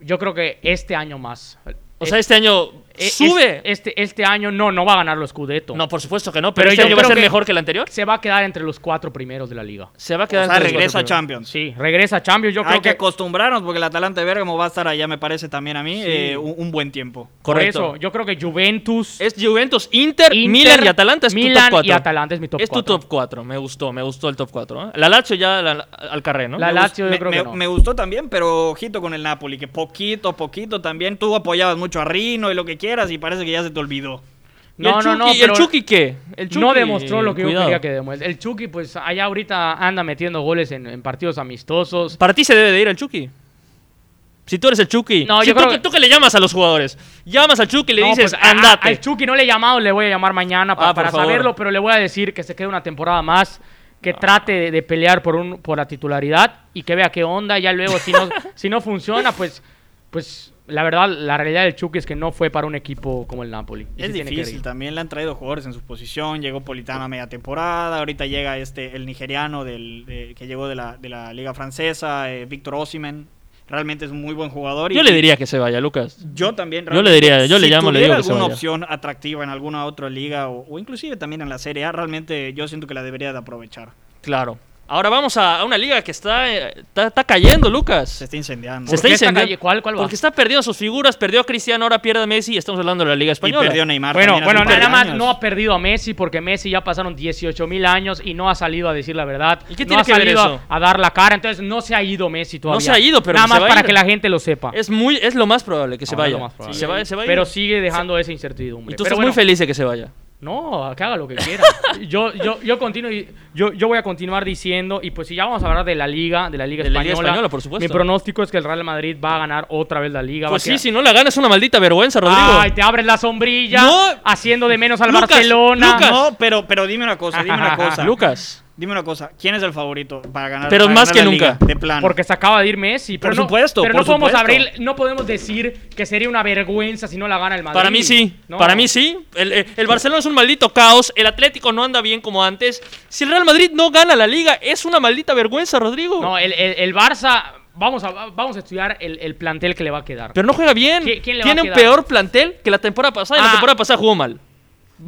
B: yo creo que este año más.
A: O sea, este año
B: Eh, es-
A: sube.
B: Este, este año no, no va a ganar los Scudetto.
A: no, por supuesto que no, pero,
B: Pero
A: este
B: yo
A: año va a
B: creo
A: ser
B: que-
A: mejor que el anterior.
B: Se va a quedar entre los cuatro primeros de la liga.
A: Se va a
C: O sea,
A: quedar entre los
C: regresa a
A: cuatro primeros.
C: Champions.
B: Sí, regresa a Champions. Yo
C: Hay
B: creo
C: que
B: que.
C: acostumbrarnos porque el Atalanta de Bérgamo va a estar allá, me parece también a mí, eh, un, un buen tiempo.
B: por
A: Correcto.
B: eso, yo creo que Juventus.
A: Es Juventus, Inter,
B: Inter,
A: Milan y Atalanta es tu top
B: Milan
A: 4.
B: y Atalanta es mi top
A: es tu
B: cuatro.
A: top 4, me gustó, me gustó el top 4. La Lazio ya la- al carré, ¿no?
B: La
A: Me gusta.
B: Lazio yo
C: me,
B: creo que
C: me-
B: no.
C: me gustó también, pero ojito con el Napoli, que poquito a poquito también tú apoyabas mucho a Rino y lo que quieras y parece que ya se te olvidó.
A: ¿Y el
B: No, no, no,
A: Chucky- ¿Y el
B: pero-
A: Chucky qué? El Chucky,
B: no demostró lo que
A: cuidado.
B: yo quería que demuestre. El Chucky, pues allá ahorita anda metiendo goles en, en partidos amistosos.
A: Para ti se debe de ir el Chucky. Si tú eres el Chucky,
B: No,
A: si
B: yo
A: tú,
B: creo
A: que...
B: que-
A: tú que le llamas a los jugadores, llamas al Chucky y le
B: No,
A: dices,
B: pues, a-
A: andate.
B: Al Chucky no le he llamado, le voy a llamar mañana pa-
A: Ah, por
B: para
A: favor. Ah.
B: saberlo, pero le voy a decir que se quede una temporada más, que trate de, de pelear por un por la titularidad y que vea qué onda. Ya luego, si no, si no funciona, pues, pues la verdad, la realidad del Chucky es que no fue para un equipo como el Napoli. Y
C: Es
B: sí tiene que
C: difícil,
B: ir.
C: también le han traído jugadores en su posición, llegó Politano a media temporada, ahorita llega este el nigeriano del, de- que llegó de la, de la liga francesa, eh, Víctor Osimen, realmente es un muy buen jugador. y-
A: Yo le diría que se vaya, Lucas.
C: Yo también.
A: Yo
C: realmente,
A: le diría- yo le
C: si
A: llamo, le digo
C: tuviera
A: que se
C: alguna
A: vaya.
C: opción atractiva en alguna otra liga o, o inclusive también en la Serie A, realmente yo siento que la debería de aprovechar.
A: Claro. Ahora vamos a, a una liga que está, eh, está, está cayendo, Lucas.
C: Se está incendiando.
A: Se está
B: qué está
A: incendiando.
B: calle- cuál- cuál va?
A: Porque está perdiendo sus figuras, perdió a Cristiano, ahora pierde a Messi y estamos hablando de la Liga
C: y
A: Española.
C: perdió Neymar.
B: Bueno,
C: también hace
B: bueno,
C: un par
B: nada
C: de
B: más
C: años.
B: no ha perdido a Messi porque Messi ya pasaron 18 mil años y no ha salido a decir la verdad.
A: ¿Y qué
B: no
A: tiene
B: ha
A: que ver
B: salido a-
A: eso?
B: A, dar la cara, entonces no se ha ido Messi todavía.
A: se ha ido, pero
B: Nada
A: se
B: más
A: va a
B: para
A: ir.
B: que la gente lo sepa.
A: Es, muy, es lo más probable que se
B: Ahora es
A: vaya.
B: lo más probable.
A: Se va, se va a ir.
B: Pero sigue dejando esa incertidumbre.
A: y tú
B: Pero
A: estás
B: bueno,
A: muy feliz de que se vaya.
B: No, que haga lo que quiera. yo, yo, yo, continuo, y- yo, yo voy a continuar diciendo, y pues si ya vamos a hablar de la Liga, de la Liga
A: De la
B: Española.
A: Liga Española, por supuesto.
B: Mi pronóstico es que el Real Madrid va a ganar otra vez la Liga. va a
A: Pues sí,
B: quedar-
A: si no la gana es una maldita vergüenza, Rodrigo.
B: Ay, te abres la sombrilla,
A: No.
B: haciendo de menos al
A: Lucas,
B: Barcelona.
A: Lucas.
C: No, pero, pero dime una cosa, dime una cosa.
A: Lucas.
C: Dime una cosa, ¿quién es el favorito para ganar?
A: Pero
C: para
A: más
C: ganar
A: que
C: la
A: nunca.
C: liga? de plano.
B: Porque se acaba de ir Messi. pero
C: Por
B: no-
C: supuesto,
B: Pero
C: por
B: no podemos
C: supuesto.
B: abrir, no podemos decir que sería una vergüenza si no la gana el Madrid.
A: Para mí sí,
B: No.
A: para mí sí. El, eh, el- el Barcelona es un maldito caos, el Atlético no anda bien como antes. Si el Real Madrid no gana la liga, es una maldita vergüenza, Rodrigo.
B: No, el, el- el Barça, vamos a, vamos a estudiar el, el plantel que le va a quedar.
A: Pero no juega bien.
B: ¿Qui- quién le va
A: Tiene
B: a
A: un
B: quedar?
A: peor plantel que la temporada pasada y la
B: Ah.
A: temporada pasada jugó mal.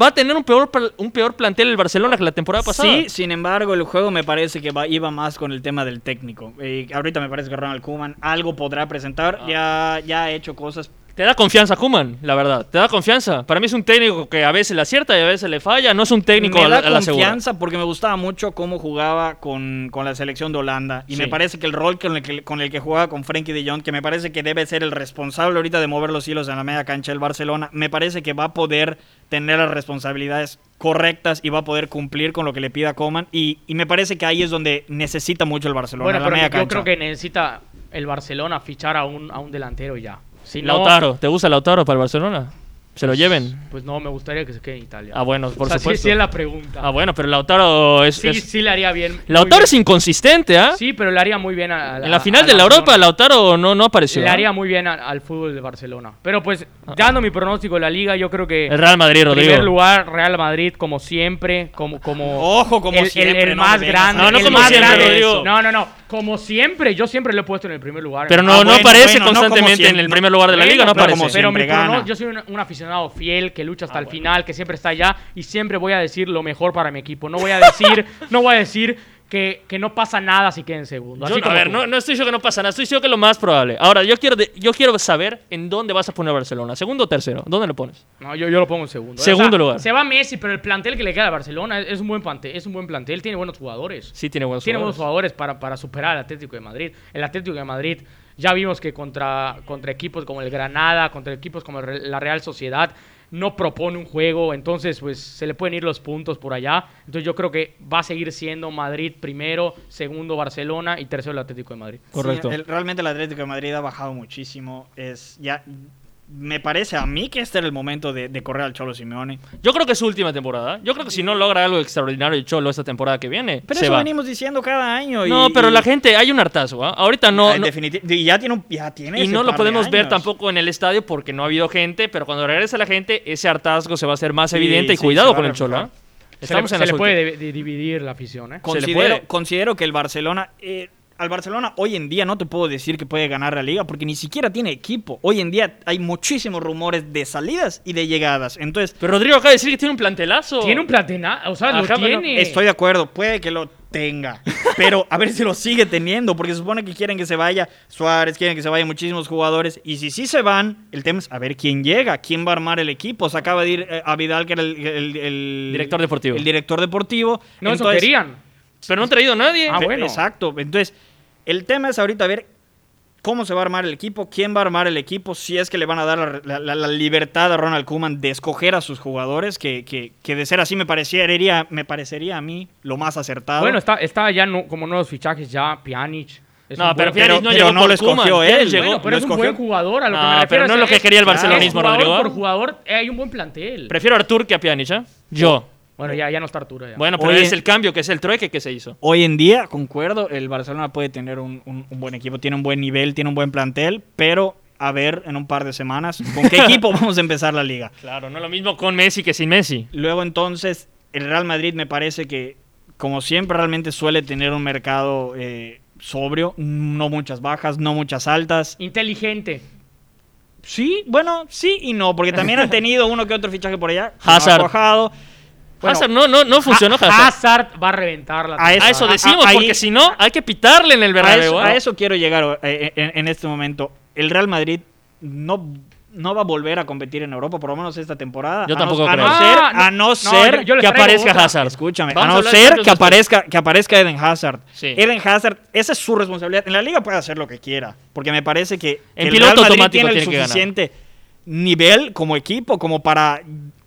A: Va a tener un peor, pl- un peor plantel el Barcelona que la temporada pasada.
C: Sí, sin embargo, el juego me parece que va- iba más con el tema del técnico. Eh, ahorita me parece que Ronald Koeman algo podrá presentar.
A: Ah.
C: Ya, ya ha hecho cosas
A: Te da confianza, Kuman, la verdad. Te da confianza. Para mí es un técnico que a veces le acierta y a veces le falla. No es un técnico
C: me
A: a la,
C: da
A: a la segura.
C: confianza porque me gustaba mucho cómo jugaba con, con la selección de Holanda. Y
A: Sí.
C: me parece que el rol con el que, con el que jugaba con Frenkie de Jong, que me parece que debe ser el responsable ahorita de mover los hilos en la media cancha del Barcelona, me parece que va a poder tener las responsabilidades correctas y va a poder cumplir con lo que le pida Coman. Y, y me parece que ahí es donde necesita mucho el Barcelona,
B: Bueno,
C: la
B: pero
C: media
B: yo
C: cancha.
B: creo que necesita el Barcelona fichar a un, a un delantero ya. Si no,
A: Lautaro, ¿te gusta Lautaro para el Barcelona? ¿Se lo lleven?
B: Pues no, me gustaría que se quede en Italia.
A: Ah, bueno, por
B: O sea, sí-
A: supuesto.
B: Sí, es la pregunta.
A: Ah, bueno, pero Lautaro es.
B: sí,
A: es-
B: sí le haría bien.
A: Lautaro
B: muy
A: es inconsistente, ¿ah?
B: bien. Sí, pero le haría muy bien a, a-
A: En la
B: a-
A: final
B: a
A: de la Europa,
B: Barcelona.
A: Lautaro no, no apareció.
B: Le
A: ¿ah?
B: haría muy bien a- al fútbol de Barcelona. Pero pues, dando mi pronóstico de la liga, yo creo que...
A: El Real Madrid,
B: En primer
A: Rodrigo. Oh,
B: lugar, Real Madrid, como siempre, como, como
C: Ojo, como
B: el, el-
C: siempre.
B: el
C: no me
B: más
C: vengas
B: grande.
C: a-
A: No, no
B: el
A: como
B: más
A: siempre,
B: grande.
A: Rodrigo.
B: No, no, no. Como siempre, yo siempre lo he puesto en el primer lugar.
A: Pero no,
C: Ah,
A: no
C: bueno,
A: aparece
C: bueno, no como
A: constantemente en
C: siempre.
A: el primer lugar de la
B: Bueno,
A: liga, no
B: pero
A: aparece.
B: como Ah, Pero mi
C: siempre
B: prono-
C: gana.
B: yo soy un, un aficionado fiel que lucha hasta el final, que siempre está allá y siempre voy a decir lo mejor para mi equipo. No voy a decir, no voy a decir que, que no pasa nada si queda en segundo.
A: Yo no-
B: así
A: a
B: como
A: ver,
B: tú.
A: no, no estoy seguro que no pasa nada, estoy seguro que es lo más probable. Ahora, yo quiero, de- yo quiero saber en dónde vas a poner a Barcelona. ¿Segundo o tercero? ¿Dónde lo pones?
B: No, yo, yo lo pongo en segundo.
A: Segundo lugar.
B: Se va Messi, pero el plantel que le queda a Barcelona es, es un buen plantel, es un buen plantel, tiene buenos jugadores.
A: Sí, tiene buenos
B: tiene buenos
A: jugadores.
B: jugadores para, para superar al Atlético de Madrid. El Atlético de Madrid ya vimos que contra, contra equipos como el Granada, contra equipos como el Re- la Real Sociedad, no propone un juego, entonces pues se le pueden ir los puntos por allá. Entonces yo creo que va a seguir siendo Madrid primero, segundo Barcelona y tercero el Atlético de Madrid.
A: Correcto.
C: Sí, el- realmente el Atlético de Madrid ha bajado muchísimo. Es ya me parece a mí que este era el momento de, de correr al Cholo Simeone.
A: Yo creo que es su última temporada. Yo creo que si no logra algo extraordinario el Cholo esta temporada que viene,
C: Pero
A: se
C: eso
A: va.
C: venimos diciendo cada año. y-
A: No, pero la
C: y-
A: gente, hay un hartazgo. ¿ah? Ahorita no.
C: en
A: no-
C: definitiva- y ya tiene un- ya tiene
A: y
C: ese
A: no
C: par
A: lo
C: de
A: podemos ver
C: años.
A: tampoco en el estadio porque no ha habido gente, pero cuando regrese la gente, ese hartazgo se va a hacer más
C: Sí,
A: evidente y
C: sí, se
A: cuidado
C: va a
A: con el Cholo.
C: reflejar.
A: ¿ah?
B: Se le,
A: Estamos
B: se
A: en las
B: le
A: ulti-
B: puede di- di- dividir la afición,
A: Se
B: ¿eh?
A: le puede.
C: Considero, considero que el Barcelona. eh, al Barcelona hoy en día no te puedo decir que puede ganar la liga porque ni siquiera tiene equipo. Hoy en día hay muchísimos rumores de salidas y de llegadas. Entonces,
A: Pero Rodrigo acaba de decir que tiene un plantelazo.
B: Tiene un platinazo, o sea, lo
A: Ajá, bueno,
B: tiene.
C: estoy de acuerdo, puede que lo tenga. Pero a ver si lo sigue teniendo porque se supone que quieren que se vaya Suárez, quieren que se vayan muchísimos jugadores. Y si sí se van, el tema es a ver quién llega, quién va a armar el equipo. Se acaba de ir eh, a Vidal, que era el, el- el-
A: Director deportivo.
C: El director deportivo.
B: No, eso
C: Entonces,
B: querían.
A: Pero no ha traído a nadie.
B: Ah,
C: Pe-
B: bueno.
C: Exacto. Entonces, el tema es ahorita ver cómo se va a armar el equipo, quién va a armar el equipo, si es que le van a dar la, la- la libertad a Ronald Koeman de escoger a sus jugadores, que, que- que de ser así me parecería, me parecería a mí lo más
A: Ah.
C: acertado.
B: Bueno, está, está ya no- como nuevos fichajes, ya Pjanic. Es
A: No,
B: un
A: pero Pjanic
B: buen-
C: pero-
A: no
C: pero
A: llegó
C: no
A: por
C: lo escogió
A: Koeman.
C: él.
A: Él llegó.
B: Bueno, pero
C: ¿lo
B: es un
C: escogió?
B: buen jugador, a lo que
A: Ah,
B: me refiero.
A: pero no es lo que quería el barcelonismo,
B: jugador
A: Rodrigo, ¿eh?
B: por jugador, eh, hay un buen plantel.
A: Prefiero a Artur que a Pjanic, ¿eh? Yo.
B: bueno, ya, ya no está Arturo. ya.
A: Bueno, pero
C: Oye.
A: es el cambio, que es el trueque que se hizo.
C: Hoy en día, concuerdo, el Barcelona puede tener un, un- un buen equipo, tiene un buen nivel, tiene un buen plantel, pero a ver en un par de semanas con qué equipo vamos a empezar la liga.
A: Claro, no lo mismo con Messi que sin Messi.
C: Luego entonces, el Real Madrid me parece que, como siempre, realmente suele tener un mercado eh, sobrio, no muchas bajas, no muchas altas.
B: Inteligente.
C: Sí, bueno, sí y no, porque también han tenido uno que otro fichaje por allá. que
A: Hazard.
C: No ha cuajado. Bueno,
A: Hazard no, no, no funcionó,
B: Ha-
A: Hazard. Ah,
B: Hazard va a reventar la
C: A
A: A
B: temporada.
A: eso
C: a-
A: decimos,
C: a- ahí-
A: porque si no, hay que pitarle en el
C: a,
A: Bernabéu.
C: eso,
A: ¿eh?
C: a eso quiero llegar eh, en, en este momento. El Real Madrid no, no va a volver a competir en Europa, por lo menos esta temporada.
A: Yo
C: a no-
A: tampoco
C: a
A: creo.
C: No ser,
B: Ah, no,
C: a no
B: no,
C: ser
B: yo- yo les
A: que
B: traigo
A: aparezca
B: otra.
A: Hazard.
C: Escúchame,
A: Vamos
C: a no
A: hablar de
C: ser
A: Champions
C: que
A: después.
C: aparezca, que aparezca Eden Hazard.
A: Sí.
C: Eden Hazard, esa es su responsabilidad. En la liga puede hacer lo que quiera, porque me parece que, que
A: En
C: el
A: piloto
C: Real Madrid
A: automático
C: tiene el
A: tiene que ganar.
C: suficiente nivel como equipo como para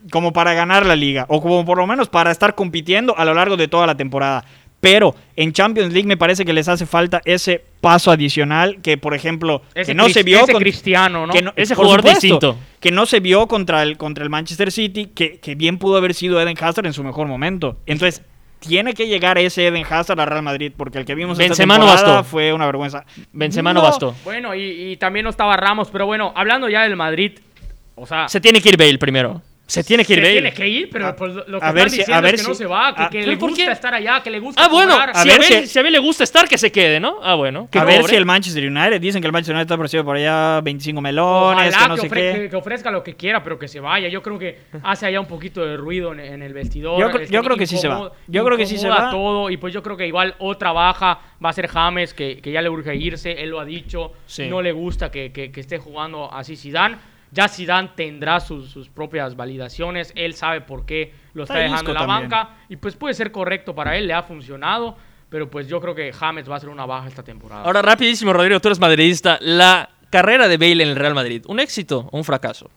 C: como para ganar la liga o como por lo menos para estar compitiendo a lo largo de toda la temporada. Pero en Champions League me parece que les hace falta ese paso adicional que por ejemplo
B: Ese
C: que no se
B: Cris-
C: vio
B: ese
C: con-
B: cristiano, ¿no?
C: que no-
A: Ese
C: por
A: jugador distinto.
C: que no se vio contra el, contra el Manchester City, que, que bien pudo haber sido Eden Hazard en su mejor momento. Entonces, tiene que llegar ese Eden Hazard a Real Madrid, porque el que vimos esta
A: Benzema no
C: temporada
A: bastó.
C: fue una vergüenza.
A: Benzema no bastó.
B: Bueno, y, y también no estaba Ramos, pero bueno, hablando ya del Madrid, o sea,
A: Se tiene que ir Bale primero. Ah. Se tiene que ir Bale.
B: tiene que ir, pero
C: A-
B: pues, lo lo que
C: a ver
B: están
C: si-
B: diciendo
C: a ver
B: es que no
C: si-
B: se va, que,
C: a-
B: que le
A: ¿Pero por
B: gusta
A: qué?
B: estar allá, que le gusta
A: Ah, bueno,
B: cobrar.
A: a si,
C: ver
A: a Bale,
C: si-
A: si a Bale le gusta estar, que se quede, ¿no? Ah, bueno. que
C: A ver
A: cobre.
C: si el Manchester United, dicen que el Manchester United está ofrecido por allá 25 melones,
B: Ojalá
C: que no
B: que,
C: sé
B: ofre- que-
C: qué.
B: que ofrezca lo que quiera, pero que se vaya. Yo creo que hace allá un poquito de ruido en, en el vestidor.
C: Yo cre-
B: Este,
C: yo creo que sí se va.
B: incomoda-
C: Yo creo que sí se
B: incomoda
C: va.
B: todo y pues yo creo que igual otra baja va a ser James, que, que ya le urge irse. Él lo ha dicho.
A: Sí.
B: No le gusta que, que- que esté jugando así Zidane. Ya Zidane tendrá sus, sus propias validaciones. Él sabe por qué lo está,
C: Está
B: dejando en la
C: Isco también.
B: banca. Y pues puede ser correcto para él. Le ha funcionado. Pero pues yo creo que James va a ser una baja esta temporada.
A: Ahora, rapidísimo, Rodrigo, tú eres madridista. La carrera de Bale en el Real Madrid, ¿un éxito o un fracaso?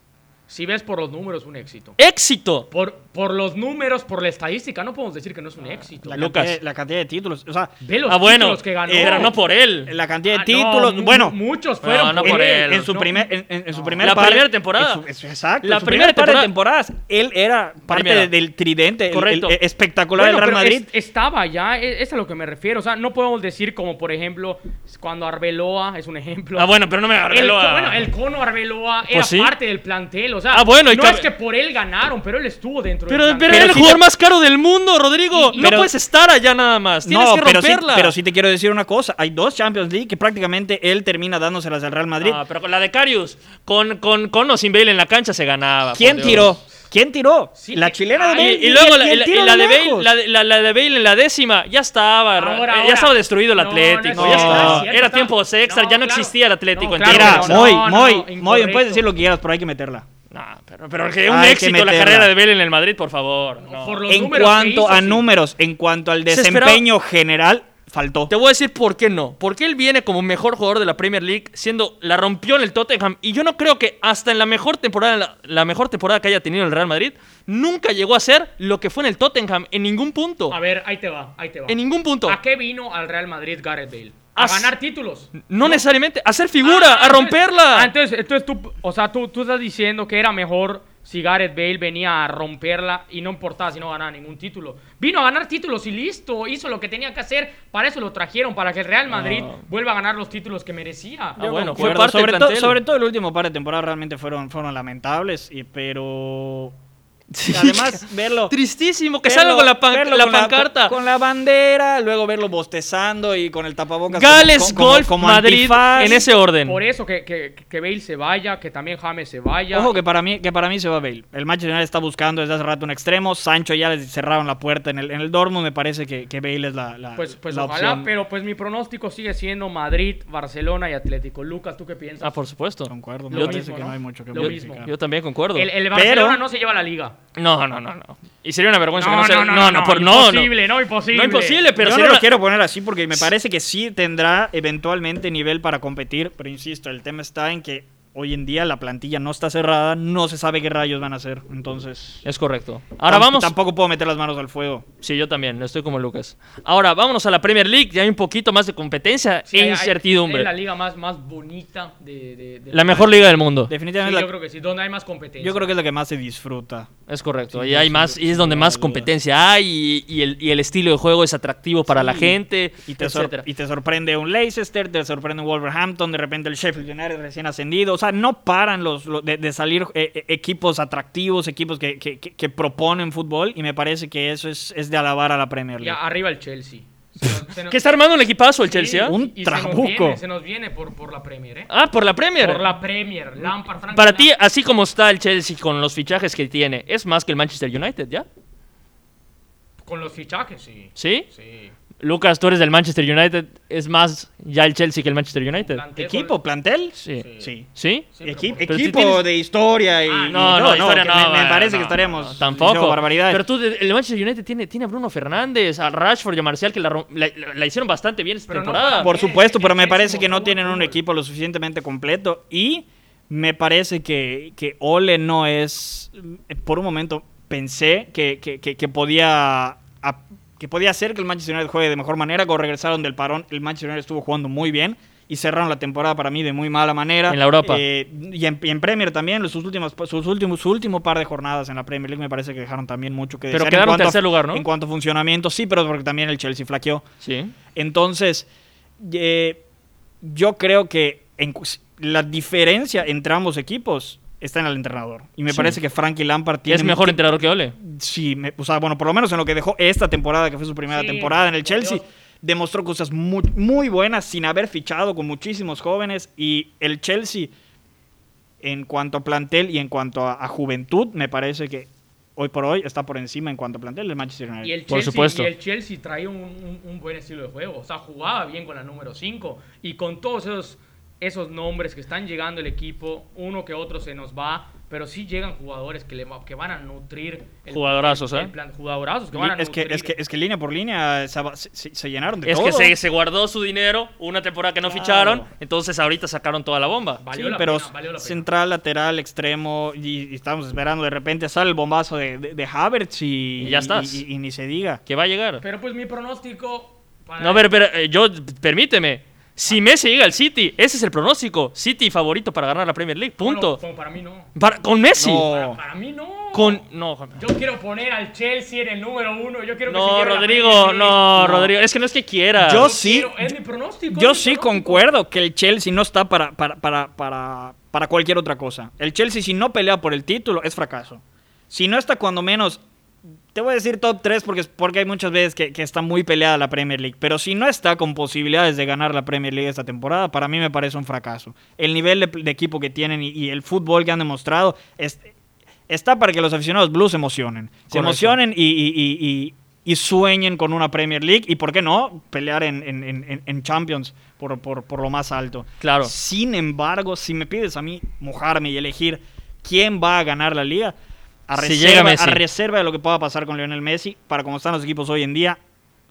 B: si ves por los números, un éxito.
A: ¡Éxito!
B: Por, por los números, por la estadística, no podemos decir que no es un éxito.
C: La
A: Lucas.
C: Cantidad, la cantidad de títulos. O sea,
B: Ve los
A: ah, bueno.
B: títulos que ganó.
A: Pero no por él.
C: la cantidad de
B: Ah, no,
C: títulos.
B: mu-
C: bueno,
B: muchos
A: No,
B: fueron
A: no
B: por,
A: por
B: él.
A: él.
C: en su,
B: No,
C: primer, en, en- en su primer
A: La
C: par-
A: primera temporada.
C: en su- en su- exacto.
A: La
C: en su
A: primera
C: primer par de
A: temporada.
C: temporadas. Él era parte
A: Primera.
C: de- del tridente el-
A: Correcto.
C: el- el espectacular del
B: Bueno,
C: Real
B: pero
C: Madrid.
B: es- estaba ya, e- es a lo que me refiero. O sea, no podemos decir como, por ejemplo, cuando Arbeloa es un ejemplo.
A: Ah, bueno, pero no me
B: El,
A: agarré.
B: co- bueno, el cono Arbeloa era
A: sí.
B: parte del plantel. O sea,
A: Ah, bueno, y
B: no
A: cab-
B: es que por él ganaron, pero él estuvo dentro
A: Pero,
B: del
A: pero
B: plantel.
A: era el
C: sí
A: jugador
C: te-
A: más caro del mundo, Rodrigo.
B: Y-
A: no
C: pero-
A: puedes estar allá nada más. Tienes que
C: pero sí,
A: romperla.
C: pero sí te quiero decir una cosa. Hay dos Champions League que prácticamente él termina dándoselas al Real Madrid.
A: Ah, pero con la de Carius, con, con, con o sin Bale en la cancha se ganaba.
C: ¿Quién
A: por Dios.
C: tiró? ¿Quién tiró?
B: Sí,
C: la
B: que-
C: chilena de
B: ah,
A: Y,
C: Bale.
A: y luego la,
C: ¿Quién
A: la-
C: tira
A: la de
C: lejos?
A: Bale, la, de- la- la de Bale en la décima, ya estaba,
B: Ahora,
A: eh,
B: ahora.
A: ya estaba destruido el
B: No, no es
A: Atlético, ya
C: cierto,
A: estaba.
C: no es
B: cierto,
A: era
B: está-
A: tiempo extra,
B: no,
A: ya no
B: claro.
A: existía el Atlético
B: No,
A: en
B: claro
A: tiempo
B: que
C: Mira,
B: no,
A: extra.
B: no,
C: muy, muy,
B: no,
C: muy. Puedes
B: incorrecto.
C: decir lo que quieras, pero hay que meterla.
A: No, pero, pero que un
C: Hay que
A: éxito la
C: meterla.
A: carrera de Bale en el Madrid, por favor. no.
B: Por Los
C: En
B: números que
C: cuanto
B: hizo,
C: a
B: sí.
C: números, en cuanto al
A: Se esperaba-
C: desempeño general, faltó.
A: Te voy a decir por qué no. Porque él viene como mejor jugador de la Premier League, siendo la rompió en el Tottenham. Y yo no creo que hasta en la mejor temporada, la, la mejor temporada que haya tenido el Real Madrid, nunca llegó a ser lo que fue en el Tottenham en ningún punto.
B: A ver, ahí te va, ahí te va.
A: En ningún punto.
B: ¿A qué vino al Real Madrid Gareth Bale? A
A: As-
B: ganar títulos.
A: No necesariamente. A ser figura,
B: Ah,
A: a
B: entonces-
A: romperla.
B: ah, entonces, entonces tú, o sea, tú, tú estás diciendo que era mejor si Gareth Bale venía a romperla y no importaba si no ganaba ningún título. Vino a ganar títulos y listo, hizo lo que tenía que hacer, para eso lo trajeron, para que el Real Madrid vuelva a ganar los títulos que merecía.
A: Ah, bueno, fue
C: Acuerdo.
A: parte del
C: sobre, todo,
A: plantel.
C: sobre todo el último par de temporadas realmente fueron, fueron lamentables, y, pero además verlo...
A: Tristísimo que
C: verlo-
A: salga con la, pan-
C: verlo
A: la
C: con
A: pancarta.
C: con la bandera, luego verlo bostezando y con el tapabocas. como-
A: Gales,
C: como- como-
A: Golf,
C: como
A: Madrid,
C: antifaz.
A: en ese orden.
B: Por eso que, que, que Bale se vaya, que también James se vaya.
C: Ojo que para mí, que para mí se va Bale. El Manchester United está buscando desde hace rato un extremo. Sancho ya les cerraron la puerta en el, en el Dortmund. Me parece que, que Bale es la, la-
B: Pues, pues
C: la
B: ojalá,
C: opción.
B: pero pues mi pronóstico sigue siendo Madrid, Barcelona y Atlético. Lucas, ¿tú qué piensas?
A: Ah, por supuesto.
C: Concuerdo, me
A: Yo,
C: parece
B: mismo,
C: que
B: ¿no?
C: no hay mucho que
B: Lo mismo.
C: modificar.
A: yo también concuerdo.
B: el, el Barcelona
C: Pero-
B: no se lleva la liga.
A: No, no, no, no. Y sería una vergüenza que no se- No, no, por- no, no.
B: imposible, no, imposible.
A: No, imposible, pero
C: Yo
A: sería
C: no lo
A: una-
C: quiero poner así porque me parece que sí tendrá eventualmente nivel para competir, pero insisto, el tema está en que hoy en día la plantilla no está cerrada, no se sabe qué rayos van a hacer, entonces
A: Es correcto. Ahora
C: tam-
A: vamos.
C: Tampoco puedo meter las manos al fuego.
A: Sí, yo también, estoy como Lucas. Ahora, vámonos a la Premier League. Ya hay un poquito más de competencia
B: Sí,
A: e
B: hay- hay-
A: incertidumbre.
B: Es la liga más, más bonita de, de- de-
A: la mejor liga del mundo.
B: Sí,
C: Definitivamente la-
B: yo creo que sí, donde hay más competencia.
C: que es la que más se disfruta.
A: Es correcto.
C: Sí,
A: y hay
C: sin-
A: más, y es
C: sin
A: donde
C: lugar
A: más
C: a dudas.
A: competencia hay, y, y el, y el estilo de juego es atractivo para la gente,
C: Y te, sor-
A: etcétera.
C: y te sorprende un Leicester, te sorprende un Wolverhampton, de repente el Sheffield United recién ascendido. O sea, no paran los, lo- de, de salir eh, eh, equipos atractivos, equipos que, que- que- que proponen fútbol. Y me parece que eso es, es de alabar a la Premier
B: Y
C: League.
B: a- arriba el Chelsea. Se nos- se nos-
A: ¿Qué está armando un equipazo el
B: sí,
A: Chelsea?
C: un-
B: y Se
C: trabuco.
B: nos viene, se nos viene por, por la Premier, ¿eh?
A: Ah, por la Premier.
B: Por la Premier, Lampard, Frank
A: Para ti,
B: Lampard.
A: así como está el Chelsea con los fichajes que tiene, es más que el Manchester United, ¿ya?
B: Con los fichajes, sí.
A: ¿Sí?
B: Sí.
A: Lucas, tú eres del Manchester United, es más ya el Chelsea que el Manchester United.
B: Plantel-
C: ¿Equipo? ¿Plantel?
A: Sí.
C: Sí.
A: ¿Sí.
B: Sí, pero
C: Equi-
B: por-
A: pero sí
C: equipo
A: tienes-
C: de historia y.
B: Ah,
C: y-
A: No, no, historia
C: que
A: no.
C: me- Me,
A: bueno,
C: parece
A: no,
C: que estaremos.
A: no, tampoco.
C: diciendo barbaridades.
A: Pero tú, de- el Manchester United tiene, tiene a Bruno Fernández, a Rashford y a Marcial que la, rom- la- la- la hicieron bastante bien esta
B: Pero no
A: temporada.
B: para-
A: Por-
C: Por
B: También,
C: supuesto,
B: el
C: pero me
B: Chelsea
C: parece
B: mostró
C: que no
B: buen
C: tienen un
B: fútbol.
C: equipo lo suficientemente completo y me parece que, que Ole no es, por un momento pensé que, que- que- que podía a- que podía hacer que el Manchester United juegue de mejor manera, cuando regresaron del parón, el Manchester United estuvo jugando muy bien y cerraron la temporada para mí de muy mala manera.
A: En la Europa.
C: Eh, y, en, y en Premier también, sus últimas, sus últimos, su último par de jornadas en la Premier League me parece que dejaron también mucho que
A: Pero
C: desear en
A: quedaron
C: cuanto a-
A: tercer lugar, ¿no?
C: En cuanto a funcionamiento, sí, pero porque también el Chelsea flaqueó.
A: Sí.
C: Entonces, eh, yo creo que en cu- la diferencia entre ambos equipos está en el entrenador. Y me
A: Sí.
C: parece que Frankie Lampard tiene...
A: Es mejor entrenador que Ole.
C: Sí, me- o sea, bueno, por lo menos en lo que dejó esta temporada, que fue su primera
B: Sí,
C: temporada en el
B: por
C: Chelsea,
B: Dios.
C: demostró cosas muy, muy buenas sin haber fichado con muchísimos jóvenes. Y el Chelsea, en cuanto a plantel y en cuanto a, a juventud, me parece que hoy por hoy está por encima en cuanto a plantel del Manchester United.
B: Y el
A: Por
B: Chelsea,
A: supuesto.
B: Y el Chelsea traía un, un- un buen estilo de juego. O sea, jugaba bien con la número 5. Y con todos esos, esos nombres que están llegando el equipo, uno que otro se nos va. Pero sí llegan jugadores que, le, va- que van a nutrir. El,
A: Jugadorazos,
B: el-
A: ¿eh?
B: el plan- jugadorazos que van a
C: es, que,
B: nutrir.
C: es, que, es que línea por línea se, aba- se- se- se llenaron de
A: Es
C: todo.
A: que se, se guardó su dinero una temporada que no
C: Claro.
A: ficharon, entonces ahorita sacaron toda la bomba.
B: Valió
C: sí,
B: la
C: pero
B: pena, valió la pena.
C: central, lateral, extremo, y, y estamos esperando de repente sale el bombazo de, de, de Havertz y,
A: Y ya estás.
C: Y, y- y ni se diga.
A: Que va a llegar.
B: Pero pues mi pronóstico. para-
A: No, pero, pero, eh, yo, permíteme. Si Messi llega al City, ese es el pronóstico. City favorito para ganar la Premier League, punto.
B: Bueno, para mí no.
A: Para- con Messi.
C: No.
B: Para, para mí no.
A: Con. No, Juan.
B: Yo quiero poner al Chelsea en el número uno. Yo quiero que se
A: No,
B: lleve la
A: Rodrigo,
B: Premier League.
A: no,
C: No.
A: Rodrigo. Es que no es que quiera.
C: Yo
B: Yo
C: sí-
B: quiero- es mi pronóstico.
C: Yo
B: es mi
C: sí
B: pronóstico.
C: concuerdo que el Chelsea no está para, para, para, para, para cualquier otra cosa. El Chelsea si no pelea por el título es fracaso. Si no está cuando menos, te voy a decir top 3 porque, porque hay muchas veces que, que está muy peleada la Premier League, pero si no está con posibilidades de ganar la Premier League esta temporada, para mí me parece un fracaso. El nivel de, de equipo que tienen y, y el fútbol que han demostrado es, está para que los aficionados Blues se emocionen. Se
B: Correcto.
C: emocionen y, y- y- y- y sueñen con una Premier League y, ¿por qué no?, pelear en, en- en- en Champions por, por- por lo más alto.
A: Claro.
C: Sin embargo, si me pides a mí mojarme y elegir quién va a ganar la liga, a,
A: Si
C: reserva,
A: llega Messi.
C: a reserva de lo que pueda pasar con Lionel Messi, para como están los equipos hoy en día,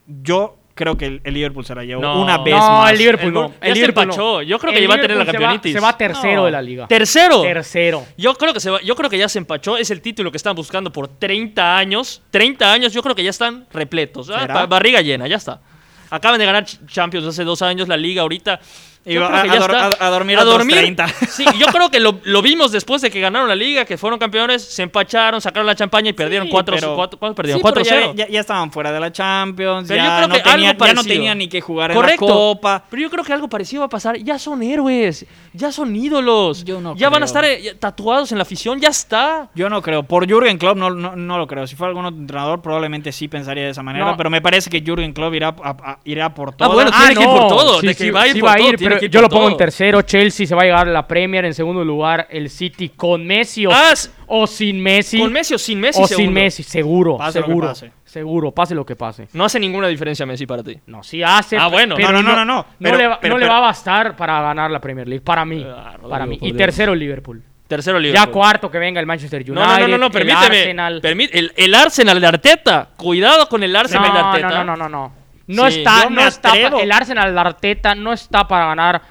C: yo creo que el, el Liverpool se la llevó
A: No.
C: una vez
B: No,
C: más.
B: el Liverpool no.
A: Ya
B: El
A: se
B: Liverpool no.
A: empachó. Yo creo que
B: El
A: ya va a tener la
B: Liverpool se va-
A: campeonitis.
B: Se va tercero
C: No.
B: de la liga.
A: Tercero.
B: Tercero.
A: Yo creo que se va- yo creo que ya se empachó, es el título que están buscando por 30 años. 30 años, yo creo que ya están repletos. Ah,
C: ¿Será?
A: ba- barriga llena, ya está. Acaban de ganar ch- Champions hace dos años, la liga ahorita.
C: Y
A: Yo
C: va-
A: creo que
C: a-
A: ya
C: a dor-
A: está.
C: a- a dormir otros 30.
A: Sí, yo creo que lo, lo vimos después de que ganaron la liga, que fueron campeones, se empacharon, sacaron la champaña y perdieron
C: Sí,
A: 4
C: pero-
A: perdieron?
C: Sí, pero ya-
A: 4-0.
C: Ya, ya estaban fuera de la Champions,
A: Pero yo
C: ya,
A: creo
C: no
A: que algo
C: tenían, ya no
A: parecido.
C: tenían ni que jugar
A: Correcto.
C: en la Copa.
A: Pero yo creo que algo parecido va a pasar. Ya son héroes, ya son ídolos.
C: Yo no
A: ya van a
C: creo.
A: estar eh, tatuados en la afición, ya está.
C: Yo no creo. Por Jürgen Klopp no, no, no lo creo. Si fuera algún otro entrenador, probablemente sí pensaría de esa manera.
B: No.
C: Pero me parece que Jürgen Klopp irá, a- a- irá por
A: Ah,
C: todo.
A: bueno, tiene que ir por todo,
B: Sí,
A: de que
B: sí,
A: va a ir
B: sí
A: por todo, tiene
B: pero
A: que ir
B: yo
A: por
B: lo pongo
A: todo.
B: en tercero. Chelsea se va a llegar a la Premier. En segundo lugar, el City con Messi o,
A: Ah, s-
B: o sin Messi.
A: Con Messi o sin Messi,
B: o sin
A: segundo.
B: Messi, seguro.
C: Pase lo que
B: seguro,
C: pase.
B: seguro, pase lo que pase.
A: No hace ninguna diferencia Messi para ti.
B: No, sí hace.
A: Ah,
B: pe-
A: bueno.
B: pero
C: No, no, no, no, no. Pero-
B: le, va,
C: pero-
B: no le
C: pero-
B: va a bastar para ganar la Premier League. Para mí.
A: Ah, Rodrigo,
B: para mí.
A: por
B: Y
A: Dios.
B: tercero, el Liverpool.
A: Tercero Liverpool.
B: Ya cuarto que venga el Manchester United.
A: No, no, no, no, no,
B: El
A: permíteme.
B: Arsenal.
A: Permi- el, el Arsenal de Arteta. Cuidado con el
B: No,
A: Arsenal de
B: no,
A: Arteta.
B: no, no, no, no. No
A: Sí.
B: está,
C: Yo me
B: no está pa-
C: atrevo.
B: el Arsenal de Arteta no está para ganar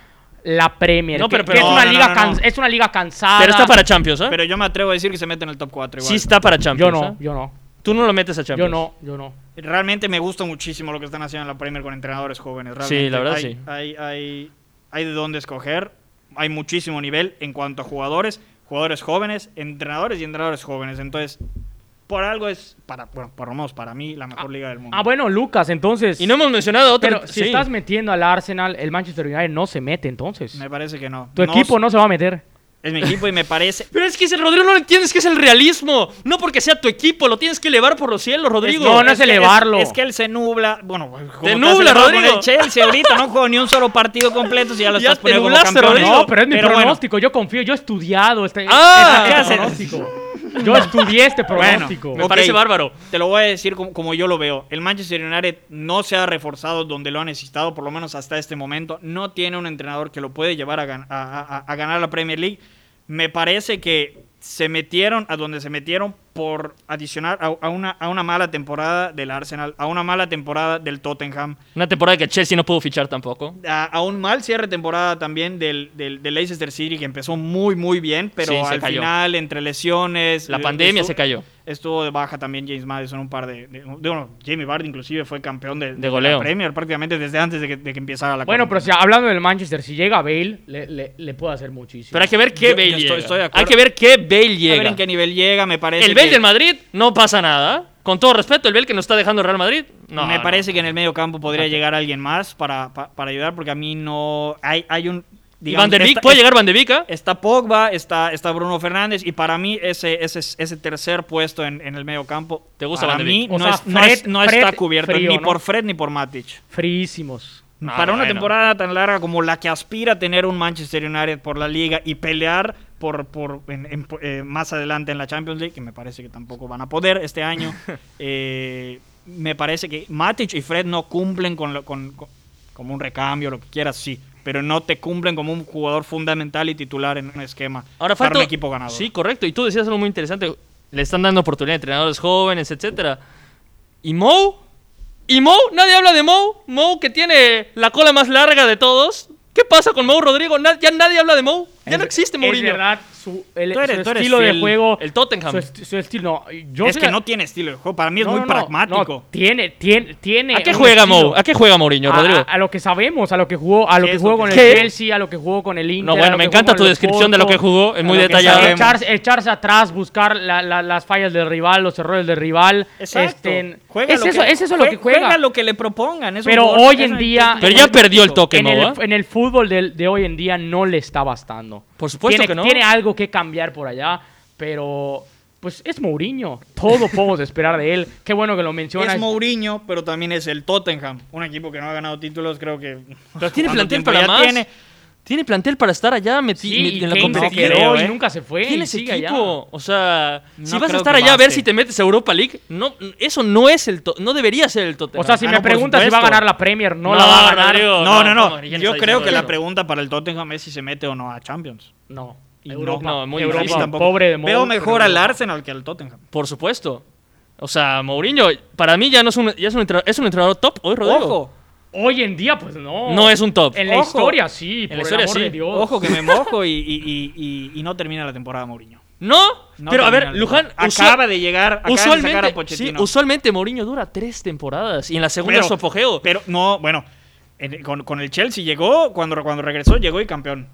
B: la Premier.
A: No,
B: que-
A: pero-
B: que
A: pero-
B: es,
A: no,
B: una
C: no,
B: liga
C: no, no.
B: cansa- es una liga cansada.
A: Pero está para Champions, ¿eh?
C: Pero yo me atrevo a decir que se mete en el top 4 igual.
A: sí está para Champions.
B: Yo no,
A: ¿eh?
B: yo no.
A: Tú no lo metes a Champions.
B: Yo no, yo no.
C: Realmente me gusta muchísimo lo que están haciendo en la Premier con entrenadores jóvenes.
A: Sí,
C: Realmente
A: la verdad,
C: hay,
A: sí.
C: Hay, hay, hay de dónde escoger. Hay muchísimo nivel en cuanto a jugadores, jugadores jóvenes, entrenadores y entrenadores jóvenes. Entonces, por algo es, para, bueno, por lo menos para mí, la mejor liga del mundo.
B: Ah, bueno, Lucas, entonces.
A: Y no hemos mencionado otro.
B: pero si
A: sí.
B: estás metiendo al Arsenal, el Manchester United no se mete entonces.
C: Me parece que no.
B: Tu equipo no se va a meter.
C: Es mi equipo y me parece.
A: Pero es que el Rodrigo no lo entiendes, que es el realismo. No porque sea tu equipo, lo tienes que elevar por los cielos, Rodrigo.
B: no, no es
C: que-
B: elevarlo.
C: Es, que él se nubla. Bueno, como
A: Te
C: has
A: nubla,
C: elevado con
A: Rodrigo.
C: el Chelsea ahorita no jugó ni un solo partido completo si ya lo
A: Ya
C: estás
A: te
C: poniendo como
A: nublaste,
C: campeón.
A: Rodrigo.
B: No, pero es mi
C: Pero bueno.
B: pronóstico. Yo confío, yo he estudiado este,
A: Ah,
B: este
C: ¿qué haces?
B: pronóstico. Yo estudié este pronóstico.
A: Me
C: Ok.
A: parece bárbaro.
C: Te lo voy a decir como, como yo lo veo. El Manchester United no se ha reforzado donde lo ha necesitado, por lo menos hasta este momento. No tiene un entrenador que lo puede llevar a, gan- a- a- a ganar la Premier League. Me parece que se metieron a donde se metieron por adicionar a, a una, a una mala temporada del Arsenal, a una mala temporada del Tottenham,
A: Una temporada que Chelsea no pudo fichar tampoco.
C: a, a un mal cierre de temporada también del, del, del Leicester City, que empezó muy, muy bien, pero
A: Sí, se
C: al
A: cayó.
C: final, entre lesiones...
A: La
C: eh,
A: pandemia
C: estu-
A: se cayó.
C: Estuvo de baja también James Madison, un par de... de- de- bueno, Jamie Vardy inclusive fue campeón de, la
A: goleo.
C: Premier prácticamente desde antes de que, de que empezara la
B: Bueno, pero
C: Copa.
B: si hablando del Manchester, si llega Bale, le, le- le puede hacer muchísimo.
A: Pero hay que ver qué
C: Yo- yo
A: Bale
C: estoy-
A: llega.
C: estoy de acuerdo.
A: hay que ver qué Bale
C: A
A: llega.
C: ver en qué nivel llega, me parece
A: El Bale
C: que-
A: del Madrid no pasa nada. Con todo respeto, el Bale que nos está dejando el Real Madrid, no.
C: me
A: no.
C: parece que en el medio campo podría llegar alguien más para, pa- para ayudar, porque a mí no... Hay, hay un...
A: Y
C: digamos,
A: Van de Beek,
C: esta-
A: puede llegar Van de Beek, ¿ah?
C: Está Pogba, está, está Bruno Fernández y para mí ese, ese, ese tercer puesto en, en el medio campo
A: ¿Te gusta
C: para
A: Van de
C: mí
A: Beek?
B: O
C: no,
B: sea,
C: es- no es-
B: Fred-
C: no
B: Fred
C: está cubierto
B: frío,
C: ni
B: ¿no?
C: por Fred ni por Matic.
B: Fríísimos.
A: Ah,
C: para una
A: bueno.
C: temporada tan larga como la que aspira a tener un Manchester United por la liga y pelear por, por en- en- eh, más adelante en la Champions League, que me parece que tampoco van a poder este año, eh, me parece que Matic y Fred no cumplen con, lo- con- con- como un recambio, lo que quieras, sí, pero no te cumplen como un jugador fundamental y titular en un esquema
A: Ahora
C: para
A: falta
C: un equipo ganador.
A: Sí, correcto. Y tú decías algo muy interesante. Le están dando oportunidad a entrenadores jóvenes, etcétera. ¿Y Mo? ¿Y Mo? Nadie habla de Mo. Mo que tiene la cola más larga de todos. ¿Qué pasa con Mo Rodrigo? Na- ya nadie habla de Mo. Ya no existe Mourinho.
B: Es verdad, su, el-
C: Tú eres-
B: su
C: tú eres
B: estilo de
C: fiel.
B: juego.
A: El Tottenham.
B: Su, esti- su estilo. no, yo
C: es
B: soy
C: que
B: la-
C: no tiene estilo de juego, para mí es
B: no,
C: muy
B: no, no,
C: pragmático.
B: no, tiene, tiene, tiene.
A: ¿A qué
B: un
A: juega Mo?
B: estilo. Ah,
A: ¿A qué juega Mourinho,
B: A,
A: Rodrigo?
B: a- a lo que sabemos, a lo que jugó, a lo
C: ¿Qué
B: que
C: es
B: jugó
C: lo
B: con
C: que
B: el
A: sabe?
B: Chelsea, a lo que jugó con el Inter.
A: No,
B: a
A: bueno,
B: lo
A: me
B: que jugó
A: encanta
B: con
A: tu
B: el
A: descripción de lo que
B: Porto.
A: jugó. Es
C: a
A: muy
C: lo que
A: detallada.
C: sabemos.
B: Echarse, echarse atrás, buscar la- la- las fallas del rival, los errores del rival.
C: Exacto.
B: este,
C: Juega
B: es,
C: lo
B: eso,
C: que-
B: es eso lo que
C: jue-
B: juega.
C: lo que le propongan. es un
B: Pero
C: jugador-
B: hoy
C: es
B: en
C: un-
B: día-
A: Pero ya perdió el toque,
B: en,
A: Mo. ¿eh?
B: el, en el fútbol del- de, hoy en día no le está bastando.
A: Por supuesto
B: tiene,
A: que no.
B: Tiene algo que cambiar por allá, pero pues es Mourinho. Todo podemos esperar de él. Qué bueno que lo mencionas.
C: Es Mourinho, pero también es el Tottenham. Un equipo que no ha ganado títulos, creo que.
A: Pero tiene
C: ¿cuánto
A: plantel
C: tiempo
A: para
C: ya
A: más.
C: Tiene,
A: Tiene plantel para estar allá meti-
B: Sí,
A: met-
B: y
A: en la
B: Kane se
A: competición.
B: quedó
C: creo,
B: y
C: ¿eh?
B: nunca se fue. y
A: Tienes
B: sigue
A: equipo.
B: allá.
A: O sea,
C: No
A: si vas a
C: creo
A: estar
C: que
A: allá a ver
C: baste.
A: si te metes a Europa League, no, eso no es el to- no debería ser el Tottenham.
B: O sea, si
C: Ah,
B: me
C: no, por
B: preguntas si va a
C: supuesto.
B: ganar la Premier, no, la va a ganar.
A: Rodrigo,
C: No, no, no.
A: ¿cómo? Ya está
C: Yo creo que
A: diciendo
C: la
A: eso.
C: pregunta para el Tottenham es si se mete o no a Champions.
B: No.
C: Y
B: Europa,
A: no, muy
B: Europa,
A: difícil
C: tampoco.
B: pobre de
C: Veo
B: Mourinho.
C: mejor al Arsenal que al Tottenham.
A: Por supuesto. O sea, Mourinho, para mí ya no es un, ya es un, entrenador, es un entrenador top hoy, Rodrigo.
C: Ojo,
B: Hoy en día, pues no.
A: No es un top.
B: En la
C: Ojo.
B: historia,
A: En
B: sí.
A: la
B: por el
A: historia,
B: amor
A: sí.
B: de Dios.
C: ojo que me mojo y, y- y- y- y no termina la temporada Mourinho.
A: No,
C: No
A: pero a
C: termina
A: ver,
C: la
A: Luján,
C: temporada.
A: usual-
C: acaba de llegar, acaba de sacar a
A: usualmente, sí,
C: Pochettino.
A: usualmente Mourinho dura tres temporadas y en la segunda es su apogeo.
C: Pero no, bueno, en- con, con el Chelsea llegó, cuando, cuando regresó llegó y campeón.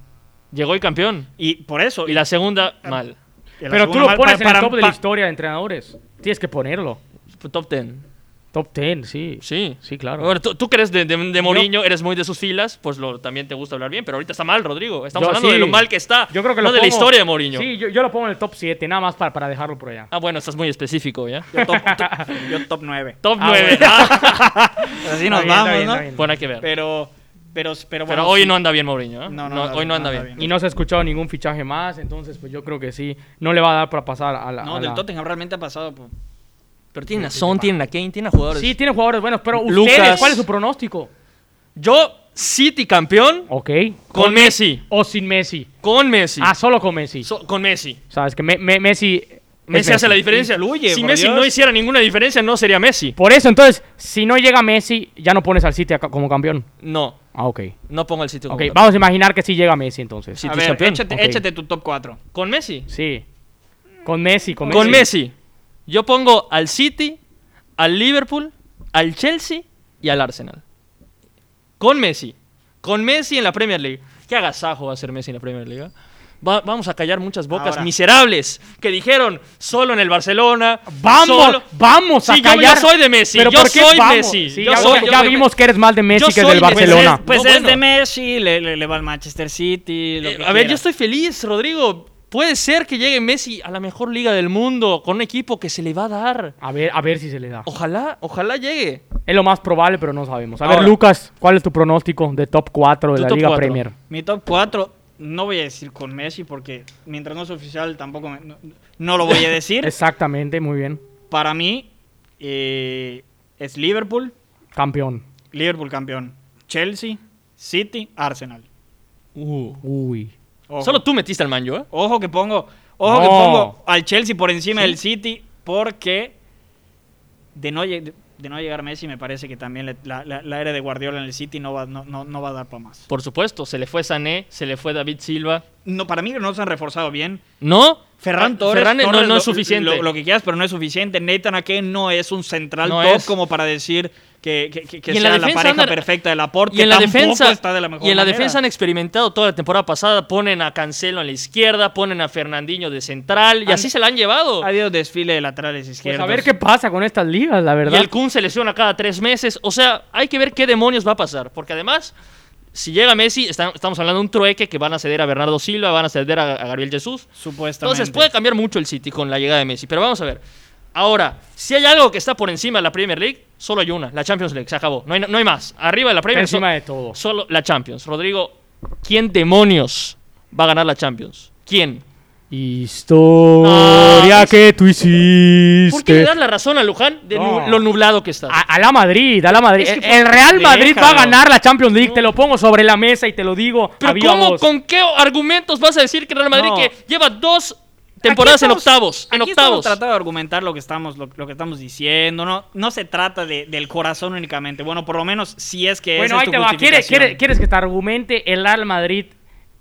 A: Llegó el campeón.
C: Y por eso.
A: Y la segunda, mal.
C: y la
B: Pero tú
C: segunda
B: lo
C: mal-
B: pones
C: pa-
B: en el
C: para-
B: top de
C: pa-
B: la historia de entrenadores. Tienes que ponerlo.
A: Top ten.
B: Top 10, sí.
A: Sí.
B: Sí, claro.
A: Bueno, tú, tú que eres de, de, de Mourinho, eres muy de sus filas, pues lo, también te gusta hablar bien, pero ahorita está mal, Rodrigo. Estamos
B: Yo
A: hablando
B: sí.
A: de lo mal que está.
B: Yo creo que
A: no
B: lo
A: de la
B: pongo-
A: historia de Mourinho.
B: Sí, yo, yo lo pongo en el top 7, nada más para, para dejarlo por allá.
A: Ah, bueno, estás muy específico, ¿ya?
C: Yo top, top- yo top 9.
A: Top
B: Ah,
A: 9.
B: bueno.
C: pues Así nos
B: Está bien, está
C: vamos,
B: bien,
C: ¿no?
B: está bien.
A: bueno, hay que ver. Pero,
C: Pero, pero, pero, bueno,
A: hoy
C: sí.
A: no anda bien Mourinho, ¿eh?
C: No, no anda
A: hoy
C: bien,
A: no anda
C: no anda
A: bien.
B: Y no se ha escuchado ningún fichaje más, entonces pues yo creo que sí. No le va a dar para pasar a la...
C: No,
B: a
C: del
B: la-
C: Tottenham realmente ha pasado. por-
A: Pero tienen a Son, tienen a Kane, tienen a jugadores.
B: Sí, tiene jugadores buenos, pero
A: Lucas.
B: ustedes, ¿cuál es su pronóstico?
A: Yo, City campeón
B: Ok.
A: con Messi.
B: O sin Messi.
A: Con Messi.
B: Ah, solo con Messi.
A: So- con Messi.
B: Sabes que Me- Me- Messi... es
A: Messi hace la diferencia.
C: Influye,
A: si
C: por
A: Messi
C: Dios.
A: no hiciera ninguna diferencia, no sería Messi.
B: Por eso, entonces, si no llega Messi, ya no pones al City acá como campeón.
A: No,
B: Ah, ok.
A: no pongo el sitio.
B: Ok, vamos a imaginar que sí llega Messi entonces.
A: Sí.
C: A
A: City
C: ver,
A: campeón.
C: échate,
B: Ok.
C: échate tu top 4.
A: Con Messi.
B: Sí. Con Messi, con Messi.
A: Con Messi. Yo pongo al City, al Liverpool, al Chelsea y al Arsenal. Con Messi. Con Messi en la Premier League. Qué agasajo va a ser Messi en la Premier League. ¿eh? Va- vamos a callar muchas bocas
C: Ahora.
A: miserables que dijeron solo en el Barcelona.
B: Vamos,
A: solo-
B: vamos a
A: Sí, yo- yo
B: callar.
A: soy de Messi, yo
B: ¿por qué
A: soy
B: vamos?
A: Messi,
B: Sí,
A: yo
B: ya,
A: soy-
B: ya
A: yo soy-
B: vimos que eres más de Messi
A: yo
B: que
A: soy
B: del
A: Messi.
B: Barcelona.
A: Pues es de
C: Messi, le, va al Manchester City.
A: Eh, a ver, yo estoy feliz, Rodrigo. Puede ser que llegue Messi a la mejor liga del mundo con un equipo que se le va a dar.
B: A ver, a ver si se le da.
A: Oh. Ojalá, ojalá llegue.
B: Es lo más probable, pero no sabemos. A
A: Ahora.
B: ver, Lucas, ¿cuál es tu pronóstico de top 4 de
A: Tu
B: la
A: top
B: Liga
A: cuatro.
B: Premier?
C: Mi top 4, no voy a decir con Messi porque mientras no es oficial tampoco me- no, no lo voy a decir.
B: Exactamente, muy bien.
C: Para mí eh, es Liverpool,
B: Campeón.
C: Liverpool campeón, Chelsea, City, Arsenal.
B: Uy.
C: Ojo.
A: Solo tú metiste al Manjo, ¿eh?
C: Ojo que pongo, ojo
B: No.
C: que pongo al Chelsea por encima del City porque de no, lle- de no llegar Messi me parece que también le- la, la- la era de Guardiola en el City no va, no, no- no va a dar para más.
A: Por supuesto, se le fue Sané, se le fue David Silva.
C: No, para mí no se han reforzado bien.
A: ¿No?
C: Ferran
A: Ah,
C: Torres,
A: Ferran no-
C: Torres
A: no, es
C: lo-
A: suficiente.
C: Lo, lo que quieras, pero no es suficiente. Nathan Ake no es un central
A: No
C: top
A: es.
C: como para decir que, que- que- que
A: Y en la
C: sea la,
A: defensa
C: pareja
A: andan-
C: perfecta del aporte.
A: y en la
C: tampoco
A: defensa
C: está de la mejor
A: y en la
C: manera.
A: defensa han experimentado toda la temporada pasada ponen a Cancelo en la izquierda ponen a Fernandinho de central y
C: Ande-
A: así se la han llevado
C: ha habido desfile de laterales
B: Pues
C: izquierdos.
B: a ver qué pasa con estas ligas, la
A: y
B: verdad.
A: el Kun se lesiona cada tres meses o sea hay que ver qué demonios va a pasar porque además si llega Messi está- estamos hablando de un trueque que van a ceder a Bernardo Silva van a ceder a, a Gabriel Jesús
C: Supuestamente.
A: entonces puede cambiar mucho el City con la llegada de Messi pero vamos a ver Ahora, si hay algo que está por encima de la Premier League, solo hay una, la Champions League, se acabó. No hay, no hay más. Arriba de la Premier so-
B: Encima de todo.
A: Solo la Champions. Rodrigo, ¿quién demonios va a ganar la Champions? ¿Quién?
B: Historia
A: No,
B: que tú hiciste.
A: pues ¿Por qué le das la razón a Luján de nu-
B: No. Ah,
A: lo nublado que está?
B: A, a la Madrid, a la Madrid.
A: Es que pues,
B: El-
A: fue-
B: el Real Madrid va a
C: Déjalo.
B: ganar la Champions League. Te lo pongo sobre la mesa y te lo digo.
A: ¿Pero
B: a viva
A: cómo,
B: voz.
A: con qué argumentos vas a decir que Real Madrid
C: No.
A: que lleva dos temporadas
C: Aquí estamos-
A: en octavos? En octavos.
C: aquí Estamos tratando de argumentar lo que estamos, lo, lo que estamos diciendo. No, no se trata de- del corazón únicamente. Bueno, por lo menos si es que esa
B: Bueno,
C: es
B: ahí
C: tu
B: te va. ¿Quieres,
C: justificación.
B: quieres, quieres que te argumente? El Real Madrid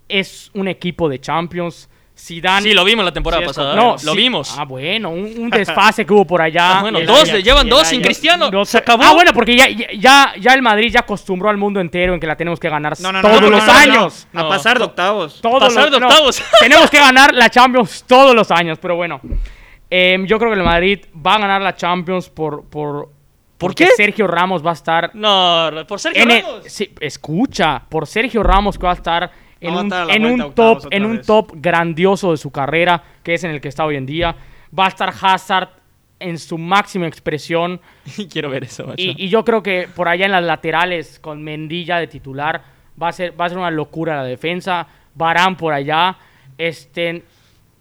B: es un equipo de Champions. Zidane...
A: Sí, lo vimos la temporada
C: Sí, es
A: pasada. ¿eh?
B: No,
A: lo
B: sí.
A: vimos.
B: Ah, bueno, un, un desfase que hubo por allá.
A: Ah, bueno,
B: El
A: dos,
B: Ajax.
A: le llevan
C: el
A: dos sin
C: Ajax.
A: Cristiano.
B: No
A: se
B: sé.
A: acabó.
B: Ah, bueno, porque ya, ya- ya, ya el Madrid ya acostumbró al mundo entero en que la tenemos que ganar
C: No, no, no,
B: todos
C: no, no,
B: los
C: no, no.
B: años.
A: No.
C: A pasar de octavos.
B: Todos
A: Pasar
B: los-
A: de
B: no,
A: octavos.
B: tenemos que ganar la Champions todos los años, pero bueno. Em, yo creo que el Madrid va a ganar la Champions por... por
A: ¿Por
B: porque
A: qué?
B: Sergio Ramos va a estar...
A: No, por ser que
B: en el-
A: Ramos.
B: sí, escucha, por Sergio Ramos que va a estar en
C: va a
B: un,
C: estar a la
B: en un
C: vuelta octavos
B: top,
C: otra
B: en un
C: vez.
B: top grandioso de su carrera, que es en el que está hoy en día. Va a estar Hazard en su máxima expresión.
A: Quiero ver eso, macho.
B: Y, y yo creo que por allá en las laterales, con Mendilla de titular, Va a ser, va a ser una locura la defensa. Barán por allá. Este,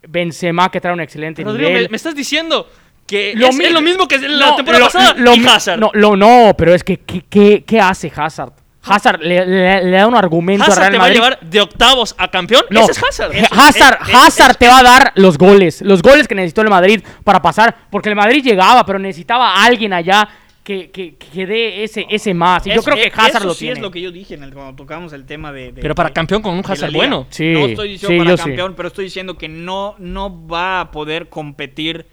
B: Benzema que trae un excelente
A: Rodrigo, me,
B: nivel.
A: me estás diciendo que
B: Lo
A: es, es
B: mi-
A: lo mismo que la
B: No,
A: temporada
B: lo-
A: pasada
B: lo
A: y
B: mi-
A: Hazard.
B: No, lo- no, pero es que ¿qué, qué- qué hace Hazard? Hazard le, le- le da un argumento a
A: Hazard
B: Real
A: te va a
B: Madrid.
A: llevar de octavos a campeón.
B: No,
A: Ese es Hazard.
B: Eh, Hazard,
C: es- es-
B: Hazard te
A: eh.
B: va a dar los goles, los goles que necesitó el Madrid para pasar, porque el Madrid llegaba, pero necesitaba a alguien allá que, que, que dé ese, ese más. Y yo
C: Eso-
B: creo que
C: eh,
B: Hazard
C: eso
B: lo
C: sí
B: tiene.
C: es lo que yo dije en el- cuando tocamos el tema de. de-
A: Pero para
C: de-
A: campeón con un
C: de la
A: Hazard
C: liga.
A: bueno.
B: Sí,
C: no estoy
B: sí,
C: diciendo para
B: yo sí.
C: campeón, pero estoy diciendo que no, no va a poder competir.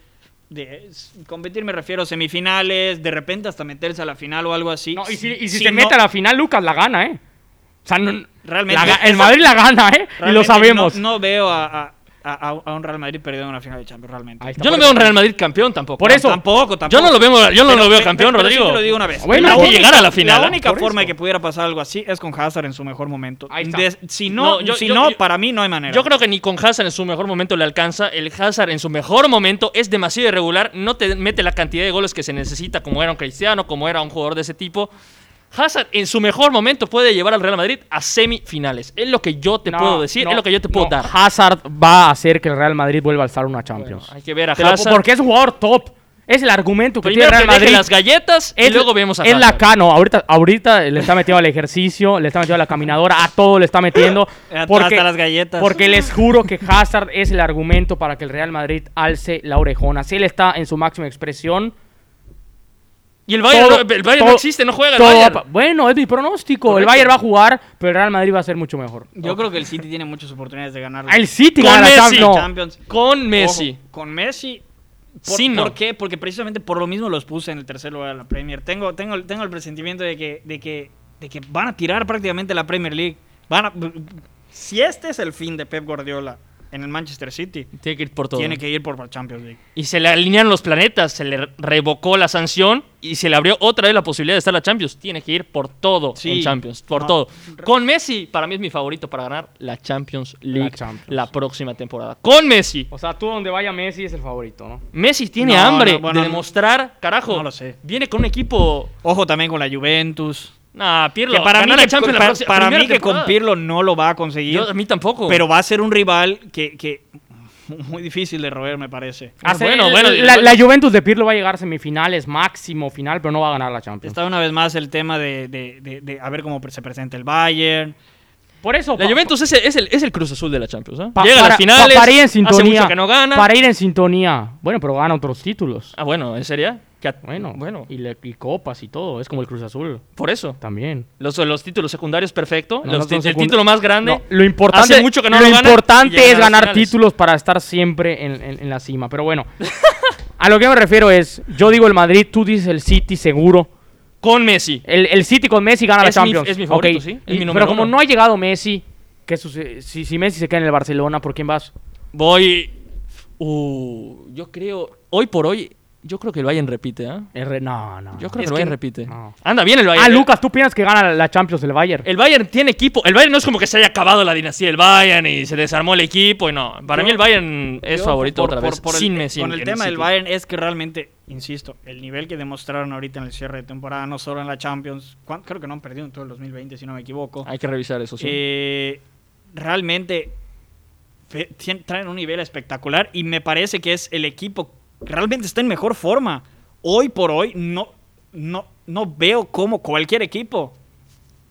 C: de- s- competir me refiero a semifinales, de repente hasta meterse a la final o algo así.
B: No, y si, y si
C: Si
B: se
C: no-
B: mete a la final, Lucas la gana, ¿eh? O sea, no-
C: Realmente-
B: la ga- el Madrid la gana, ¿eh? Y lo
C: realmente
B: sabemos.
C: No, no veo a, a- a- a un Real Madrid perdiendo una final de Champions, realmente.
B: Ahí está.
A: Yo no veo un Real Madrid campeón tampoco.
B: Por eso-
C: Tampoco, tampoco.
A: Yo no lo veo, yo no
C: Pero-
A: lo veo
C: pe-
A: campeón,
C: pe- pero sí
A: Rodrigo.
C: te lo digo una vez.
B: Bueno,
A: Hay
B: la
A: que llegar a la final.
C: La
A: ¿eh?
C: única
B: Por
C: forma
B: eso.
C: que pudiera pasar algo así es con Hazard en su mejor momento.
B: Ahí está.
C: Des- si
A: No,
C: no,
A: yo-
C: si
A: yo-
C: no
A: yo-
C: para mí no hay manera.
A: Yo creo que ni con Hazard en su mejor momento le alcanza. El Hazard en su mejor momento es demasiado irregular. No te mete la cantidad de goles que se necesita, como era un cristiano, como era un jugador de ese tipo. Hazard en su mejor momento puede llevar al Real Madrid a semifinales. Es lo que yo te
B: No,
A: puedo decir,
B: no,
A: es lo que yo te puedo
B: no.
A: dar.
B: Hazard va a hacer que el Real Madrid vuelva a alzar una Champions.
A: Hay que ver a
B: Te lo-
A: Hazard.
B: porque es un jugador top. Es el argumento que
A: Primero
B: tiene
A: que
B: el Real
A: deje
B: Madrid.
A: las galletas y
B: Es-
A: luego vemos a
B: es la
A: Hazard.
B: ca- no, ahorita, ahorita le está metiendo al ejercicio, le está metiendo a la caminadora, a todo le está metiendo.
C: Hasta-
B: Porque,
C: hasta las galletas.
B: Porque les juro que Hazard es el argumento para que el Real Madrid alce la orejona. Si él está en su máxima expresión.
A: Y el Bayern,
B: todo-
A: no, el Bayern no
B: todo-
A: existe, no juega el
B: todo va
A: Bayern.
B: pa- Bueno, es mi pronóstico. El
A: Correcto.
B: Bayern va a jugar, pero el Real Madrid va a ser mucho mejor.
C: Yo creo que el City tiene muchas oportunidades de ganar.
B: El City
A: Con
B: gana la
A: Messi.
B: Champions. No.
C: Champions.
A: Con Messi.
C: Ojo, con Messi. Por,
A: Sí, no.
C: ¿Por qué? Porque precisamente por lo mismo los puse en el tercer lugar de la Premier. Tengo, tengo, el- tengo el presentimiento de que, de, que, de que van a tirar prácticamente la Premier League. Van a- si este es el fin de Pep Guardiola en el Manchester City,
A: Tiene que ir por todo.
C: tiene que ir por la Champions League.
A: Y se le alinearon los planetas, se le revocó la sanción y se le abrió otra vez la posibilidad de estar en la Champions. Tiene que ir por todo
C: Sí. Ah.
A: en Champions, por
C: No.
A: todo. Con Messi, para mí es mi favorito para ganar la Champions League la,
B: Champions.
A: próxima temporada. Con Messi.
B: O sea, tú donde vaya Messi es el favorito, ¿no?
A: Messi tiene
C: No, no,
A: hambre
C: bueno,
A: de
C: no.
A: demostrar, carajo.
C: No lo sé.
A: Viene con un equipo.
C: Ojo también con la Juventus.
A: Nah, Pirlo.
C: Que para mí,
A: ganar la
C: que,
A: Champions la
C: para-
A: próxima-
C: para
A: primera
C: mí que con
A: temporada.
C: Pirlo no lo va a conseguir.
A: Yo- a mí tampoco.
C: pero va a ser un rival que, que muy difícil de roer, me parece.
A: Ah,
B: Hace-
A: bueno,
B: el-
A: bueno,
B: la,
A: bueno.
B: la Juventus de Pirlo va a llegar a semifinales, máximo final, pero no va a ganar la Champions.
C: Está una vez más el tema de, de- de- de a ver cómo se presenta el Bayern.
B: Por eso.
A: La
B: pa-
A: Juventus es el, es el- es el Cruz Azul de la Champions. ¿eh?
B: pa-
A: Llega a
B: para-
A: las finales.
B: pa- para ir en
A: Hace
B: sintonía.
A: mucho que no gana.
B: Para ir en sintonía. Bueno, pero gana otros títulos.
A: Ah, bueno, ¿en serio? Que a-
B: Bueno,
A: Bueno,
B: Y, le- y copas y todo. Es como el Cruz Azul
A: por eso.
B: también.
A: Los, los títulos secundarios, perfecto.
B: No,
A: Los
B: no
A: ti-
B: son
A: el
B: secunda-
A: título más grande.
B: No, lo importante,
A: Hace mucho que no
B: lo
A: lo ganan y
B: importante
A: llegan
B: es
A: a las
B: ganar
A: finales.
B: títulos para estar siempre en, en- en la cima. Pero bueno, a lo que me refiero es: yo digo el Madrid, tú dices el City seguro.
A: Con Messi.
B: El, el City con Messi gana la
A: Es mi-
B: Champions.
A: es mi favorito,
B: Ok,
A: sí. Es
B: y-
A: mi número
B: pero como
A: uno.
B: no ha llegado Messi, ¿qué sucede? Si, si Messi se queda en el Barcelona, ¿por quién vas?
A: Voy. Uh, yo creo. Hoy por hoy, yo creo que el Bayern repite, ¿ah?
B: R- no, no.
A: Yo creo
B: no.
A: que
C: Es
A: el Bayern
C: que-
A: repite.
B: no.
A: Anda bien el Bayern.
B: Ah,
A: El-
B: Lucas, ¿tú piensas que gana la Champions del Bayern?
A: El Bayern tiene equipo. El Bayern no es como que se haya acabado la dinastía del Bayern y se desarmó el equipo y no. Para
C: Yo-
A: mí el Bayern es
C: Yo,
A: favorito
C: por-
A: otra
C: por-
A: vez.
C: por el-
A: sin Messi.
C: Con
A: en-
C: el
A: en
C: tema del
A: City.
C: Bayern es que realmente, insisto, el nivel que demostraron ahorita en el cierre de temporada, no solo en la Champions, ¿cuán- creo que no han perdido en todo el 2020, si no me equivoco.
A: Hay que revisar eso, pues sí.
C: Eh, realmente fe- tien- traen un nivel espectacular y me parece que es el equipo que realmente está en mejor forma. Hoy por hoy no, no, no veo cómo cualquier equipo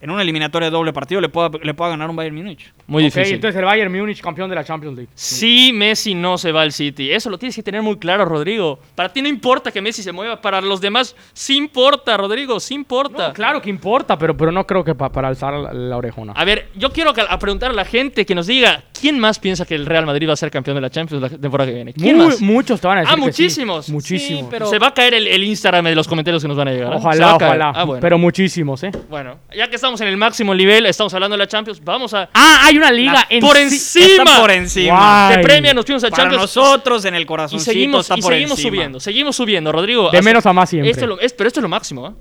C: en una eliminatoria de doble partido le pueda, le pueda ganar un Bayern Múnich.
A: Muy
B: Ok,
A: difícil.
B: entonces el Bayern Múnich campeón de la Champions League.
A: Si Messi no se va al City, eso lo tienes que tener muy claro, Rodrigo. Para ti no importa que Messi se mueva, para los demás sí importa, Rodrigo, sí importa.
B: No, claro que importa, pero, pero no creo que pa- para alzar la, la orejona.
A: A ver, yo quiero que- a preguntar a la gente que nos diga quién más piensa que el Real Madrid va a ser campeón de la Champions la temporada que viene. ¿Quién
B: Muy-
A: más?
B: Muchos te van a decir
A: Ah,
B: que sí.
A: muchísimos.
B: Muchísimos.
A: Sí, pero- Se va a caer el, el Instagram de los comentarios que nos van a llegar. ¿eh? Se va
B: Ojalá,
A: a caer.
B: ojalá.
A: Ah, bueno.
B: Pero muchísimos, ¿eh?
A: bueno, ya que estamos en el máximo nivel, estamos hablando de la Champions, vamos a...
B: Ah, hay una liga en
A: por
B: sí-
A: encima.
C: Está por encima.
B: Guau.
A: Te
B: Ay.
A: premia, nos fuimos a
C: Para
A: Champions.
C: nosotros en el
A: y
C: corazoncito
A: seguimos,
C: está
A: y
C: por
A: seguimos
C: encima.
A: subiendo, seguimos subiendo, Rodrigo.
B: De
A: Así-
B: menos a más siempre.
A: Esto es lo- es- pero esto es lo máximo, ¿eh?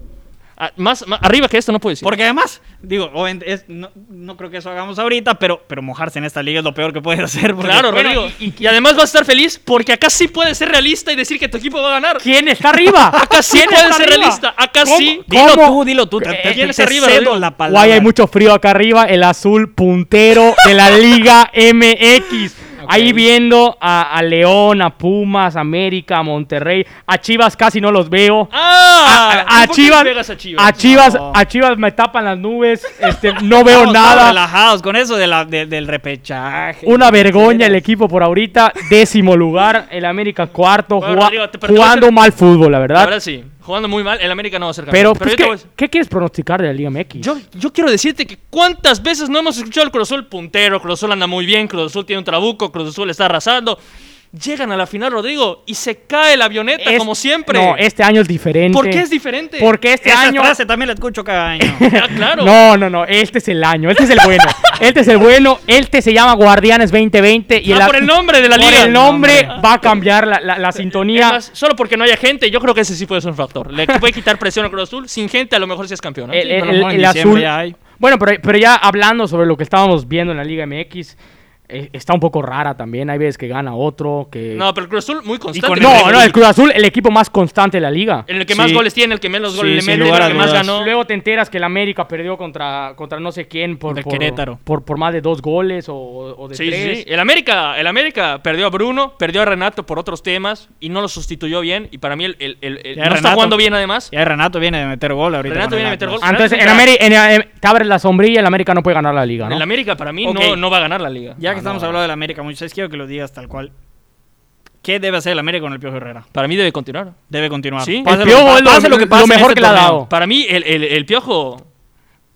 A: Ah, más, más- arriba que esto no puede decir.
C: Porque además, digo, obviamente, es- no, no creo que eso hagamos ahorita, pero, pero mojarse en esta liga es lo peor que puedes hacer. porque-
A: Claro,
C: Bueno,
A: Rodrigo. Y, y además vas a estar feliz porque acá sí puedes ser realista y decir que tu equipo va a ganar.
B: ¿Quién está arriba?
A: Acá sí
B: ¿Quién
A: puedes
B: está
A: ser
B: arriba?
A: realista. Acá
B: ¿Cómo?
A: sí.
C: Dilo
B: ¿Cómo?
C: tú, dilo tú. Te,
A: Eh,
C: te-
A: ¿quién es
C: te
A: arriba,
C: cedo
A: Rodrigo?
C: la palabra.
B: Guay, hay mucho frío acá arriba. El azul puntero de la Liga MX. Ahí viendo a, a León, a Pumas, a América, a Monterrey. A Chivas casi no los veo.
A: Ah,
B: A, a- a
A: ¿y por qué
B: Chivas,
A: pegas
B: a
A: a
B: Chivas,
A: Chivas?
C: No.
B: a Chivas me tapan las nubes, este, no veo
C: Estamos todos
B: nada.
C: relajados con eso de la- de- del repechaje.
B: Una vergüenza el equipo por ahorita. Décimo lugar, el América cuarto,
A: Bueno,
B: jua-
A: Rodrigo, te- pero te voy a
B: jugando
A: hacer-
B: mal fútbol,
A: La
B: la verdad.
A: verdad sí. Jugando muy mal, el América no va a ser
B: pero,
A: campeón.
B: pues,
A: yo te voy a
B: ¿qué,
A: decir-
B: qué quieres pronosticar de la Liga MX?
A: Yo, yo quiero decirte que cuántas veces no hemos escuchado al Cruz Azul puntero. Cruz Azul anda muy bien, Cruz Azul tiene un trabuco, Cruz Azul está arrasando. Llegan a la final, Rodrigo, y se cae la avioneta
B: Es-
A: como siempre.
B: No, este año es diferente.
A: ¿Por qué es diferente?
B: Porque este
C: Esa
B: año.
C: frase también la escucho cada año.
A: Ah, claro.
B: No, no, no. Este es el año. Este es el bueno. este es el bueno. Este se llama Guardianes 2020. Y
A: Ah,
B: el,
A: por el nombre de la
B: por
A: liga.
B: el nombre va a cambiar la, la- la
A: Es
B: sintonía.
A: más, solo porque no haya gente, yo creo que ese sí puede ser un factor. Le puede quitar presión a Cruz Azul. Sin gente, a lo mejor sí es campeón. ¿no?
B: el, el-
C: pero no, en
B: el
C: diciembre
B: azul.
C: ya hay.
B: Bueno, pero, pero ya hablando sobre lo que estábamos viendo en la Liga MX, eh, está un poco rara también. Hay veces que gana otro, que...
A: No, pero el Cruz Azul muy constante.
C: con-
B: no, no, el Cruz Azul, el equipo más constante de la liga.
A: En el que más
C: Sí.
A: goles tiene, el que menos
C: Sí,
A: goles
C: sin
A: le mete,
C: lugar
A: el
C: a
A: que más
C: dudas.
A: ganó.
B: Luego te enteras que el América perdió contra, contra no sé quién por,
C: Contra
B: por,
C: Querétaro.
B: por, por más de dos goles o, o de
A: Sí, sí,
B: tres.
A: sí. El América, el América perdió a Bruno, perdió a Renato por otros temas y no lo sustituyó bien. Y para mí el, el- el- el-
C: Ya,
A: no está
C: Renato.
A: jugando bien además.
C: Ya Renato viene de meter gol ahorita.
A: Renato
C: con el
A: viene a meter
C: Atlas.
A: gol.
B: Ah, Entonces, en Ameri- en, eh, te abres la sombrilla, el América no puede ganar la liga, ¿no?
A: El América para mí
C: Ok.
A: no, no va a ganar la liga.
C: Ya que
B: no,
C: estamos
B: no.
C: hablando del América, muchachos, quiero que lo digas tal cual. ¿Qué debe hacer el América con el Piojo Herrera?
A: Para mí debe continuar.
C: Debe continuar.
A: Sí.
C: Pase
B: El
C: que
B: Piojo
C: pa-
B: es lo-
C: pase
B: lo
C: pase en
B: mejor que le ha
C: torneo.
B: dado.
A: este Para mí el, el- el piojo...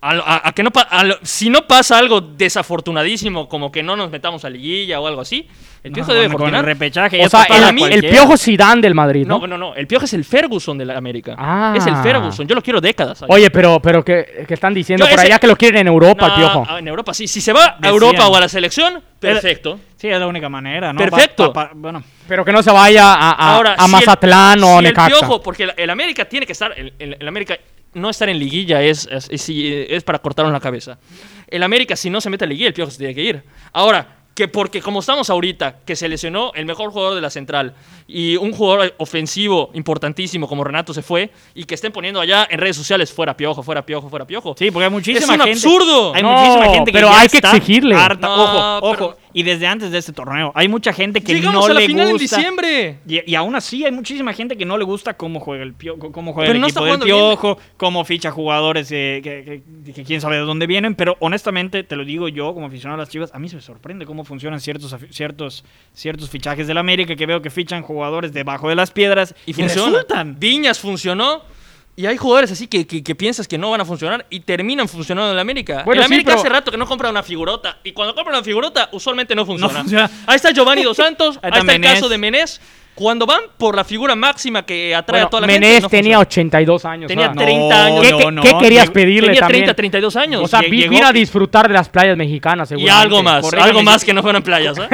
A: a lo- a- a que no pa- a lo- si no pasa algo desafortunadísimo, como que no nos metamos a liguilla o algo así, el
C: No,
A: piojo debe
C: con- con el
A: continuar.
C: repechaje.
B: O
C: esto
B: sea,
C: pasa
B: el, el
C: cualquiera.
B: piojo Sidán del Madrid, ¿no?
A: No, no, no. El piojo es el Ferguson de la América.
B: Ah.
A: Es el Ferguson. Yo lo quiero décadas. ahí.
B: Oye, pero, pero que, que están diciendo
A: Yo
B: por
A: ese-
B: allá que lo quieren en Europa, el
A: No,
B: piojo.
A: ah, En Europa sí. Si se va a
C: Decían.
A: Europa o a la selección, perfecto.
C: Sí, es la única manera, ¿no?
A: Perfecto.
C: Pa- pa- pa- bueno,
B: Pero que no se vaya a, a-
A: Ahora,
B: a
A: si
B: Mazatlán
A: el,
B: o
A: si
B: a
A: el
B: Necaxa.
A: Piojo, porque el, el América tiene que estar. El, el- el América no estar en liguilla es, es, es- es para cortarle la cabeza. El América, si no se mete a liguilla, el Piojo se tiene que ir. Ahora, que porque como estamos ahorita, que se lesionó el mejor jugador de la central y un jugador ofensivo importantísimo como Renato se fue y que estén poniendo allá en redes sociales fuera Piojo, fuera Piojo, fuera Piojo.
C: sí, porque hay muchísima
A: un
C: gente.
A: absurdo.
C: Hay
B: No,
C: muchísima gente que
B: pero
C: ya
B: hay que
C: está
B: exigirle.
C: harta.
A: No,
C: ojo,
A: pero-
C: ojo. Y desde antes de este torneo, hay mucha gente que
A: Llegamos
C: no
A: a la
C: le
A: final en
C: gusta.
A: diciembre.
C: Y, y aún así hay muchísima gente que no le gusta cómo juega el piojo, cómo juega
A: Pero
C: el
A: no está
C: equipo del
A: jugando bien.
C: piojo, cómo ficha jugadores eh, que, que- que quién sabe de dónde vienen, pero honestamente te lo digo yo como aficionado a las Chivas, a mí se me sorprende cómo funcionan ciertos afi- ciertos ciertos fichajes del América que veo que fichan jugadores debajo de las piedras y,
A: y funciona.
C: resultan.
A: Viñas funcionó. Y hay jugadores así que, que- que piensas que no van a funcionar y terminan funcionando en la América.
B: Bueno,
A: el
B: sí,
A: América
B: pero-
A: hace rato que no compra una figurota. Y cuando compra una figurota, usualmente no funciona.
C: funciona.
A: Ahí está Giovanni Dos Santos,
C: Ahí
A: ahí,
C: está
A: está el
C: Menés.
A: caso de Menés. Cuando van por la figura máxima que atrae
B: Bueno,
A: a toda la
B: Menés
A: gente. no
B: tenía
A: funciona.
B: 82 años.
A: Tenía
B: o sea,
A: 30 años.
B: ¿Qué,
C: No,
B: qué-
C: no,
B: qué querías
C: lleg-
B: pedirle
A: Tenía
B: también?
A: 30, 32 años.
B: O sea,
A: Y-
B: vi-
C: llegó-
B: vino a disfrutar de las playas
A: y
B: mexicanas, seguramente.
A: algo más.
C: Corrígame
A: Algo
C: si-
A: más que no fueran playas. ¿eh?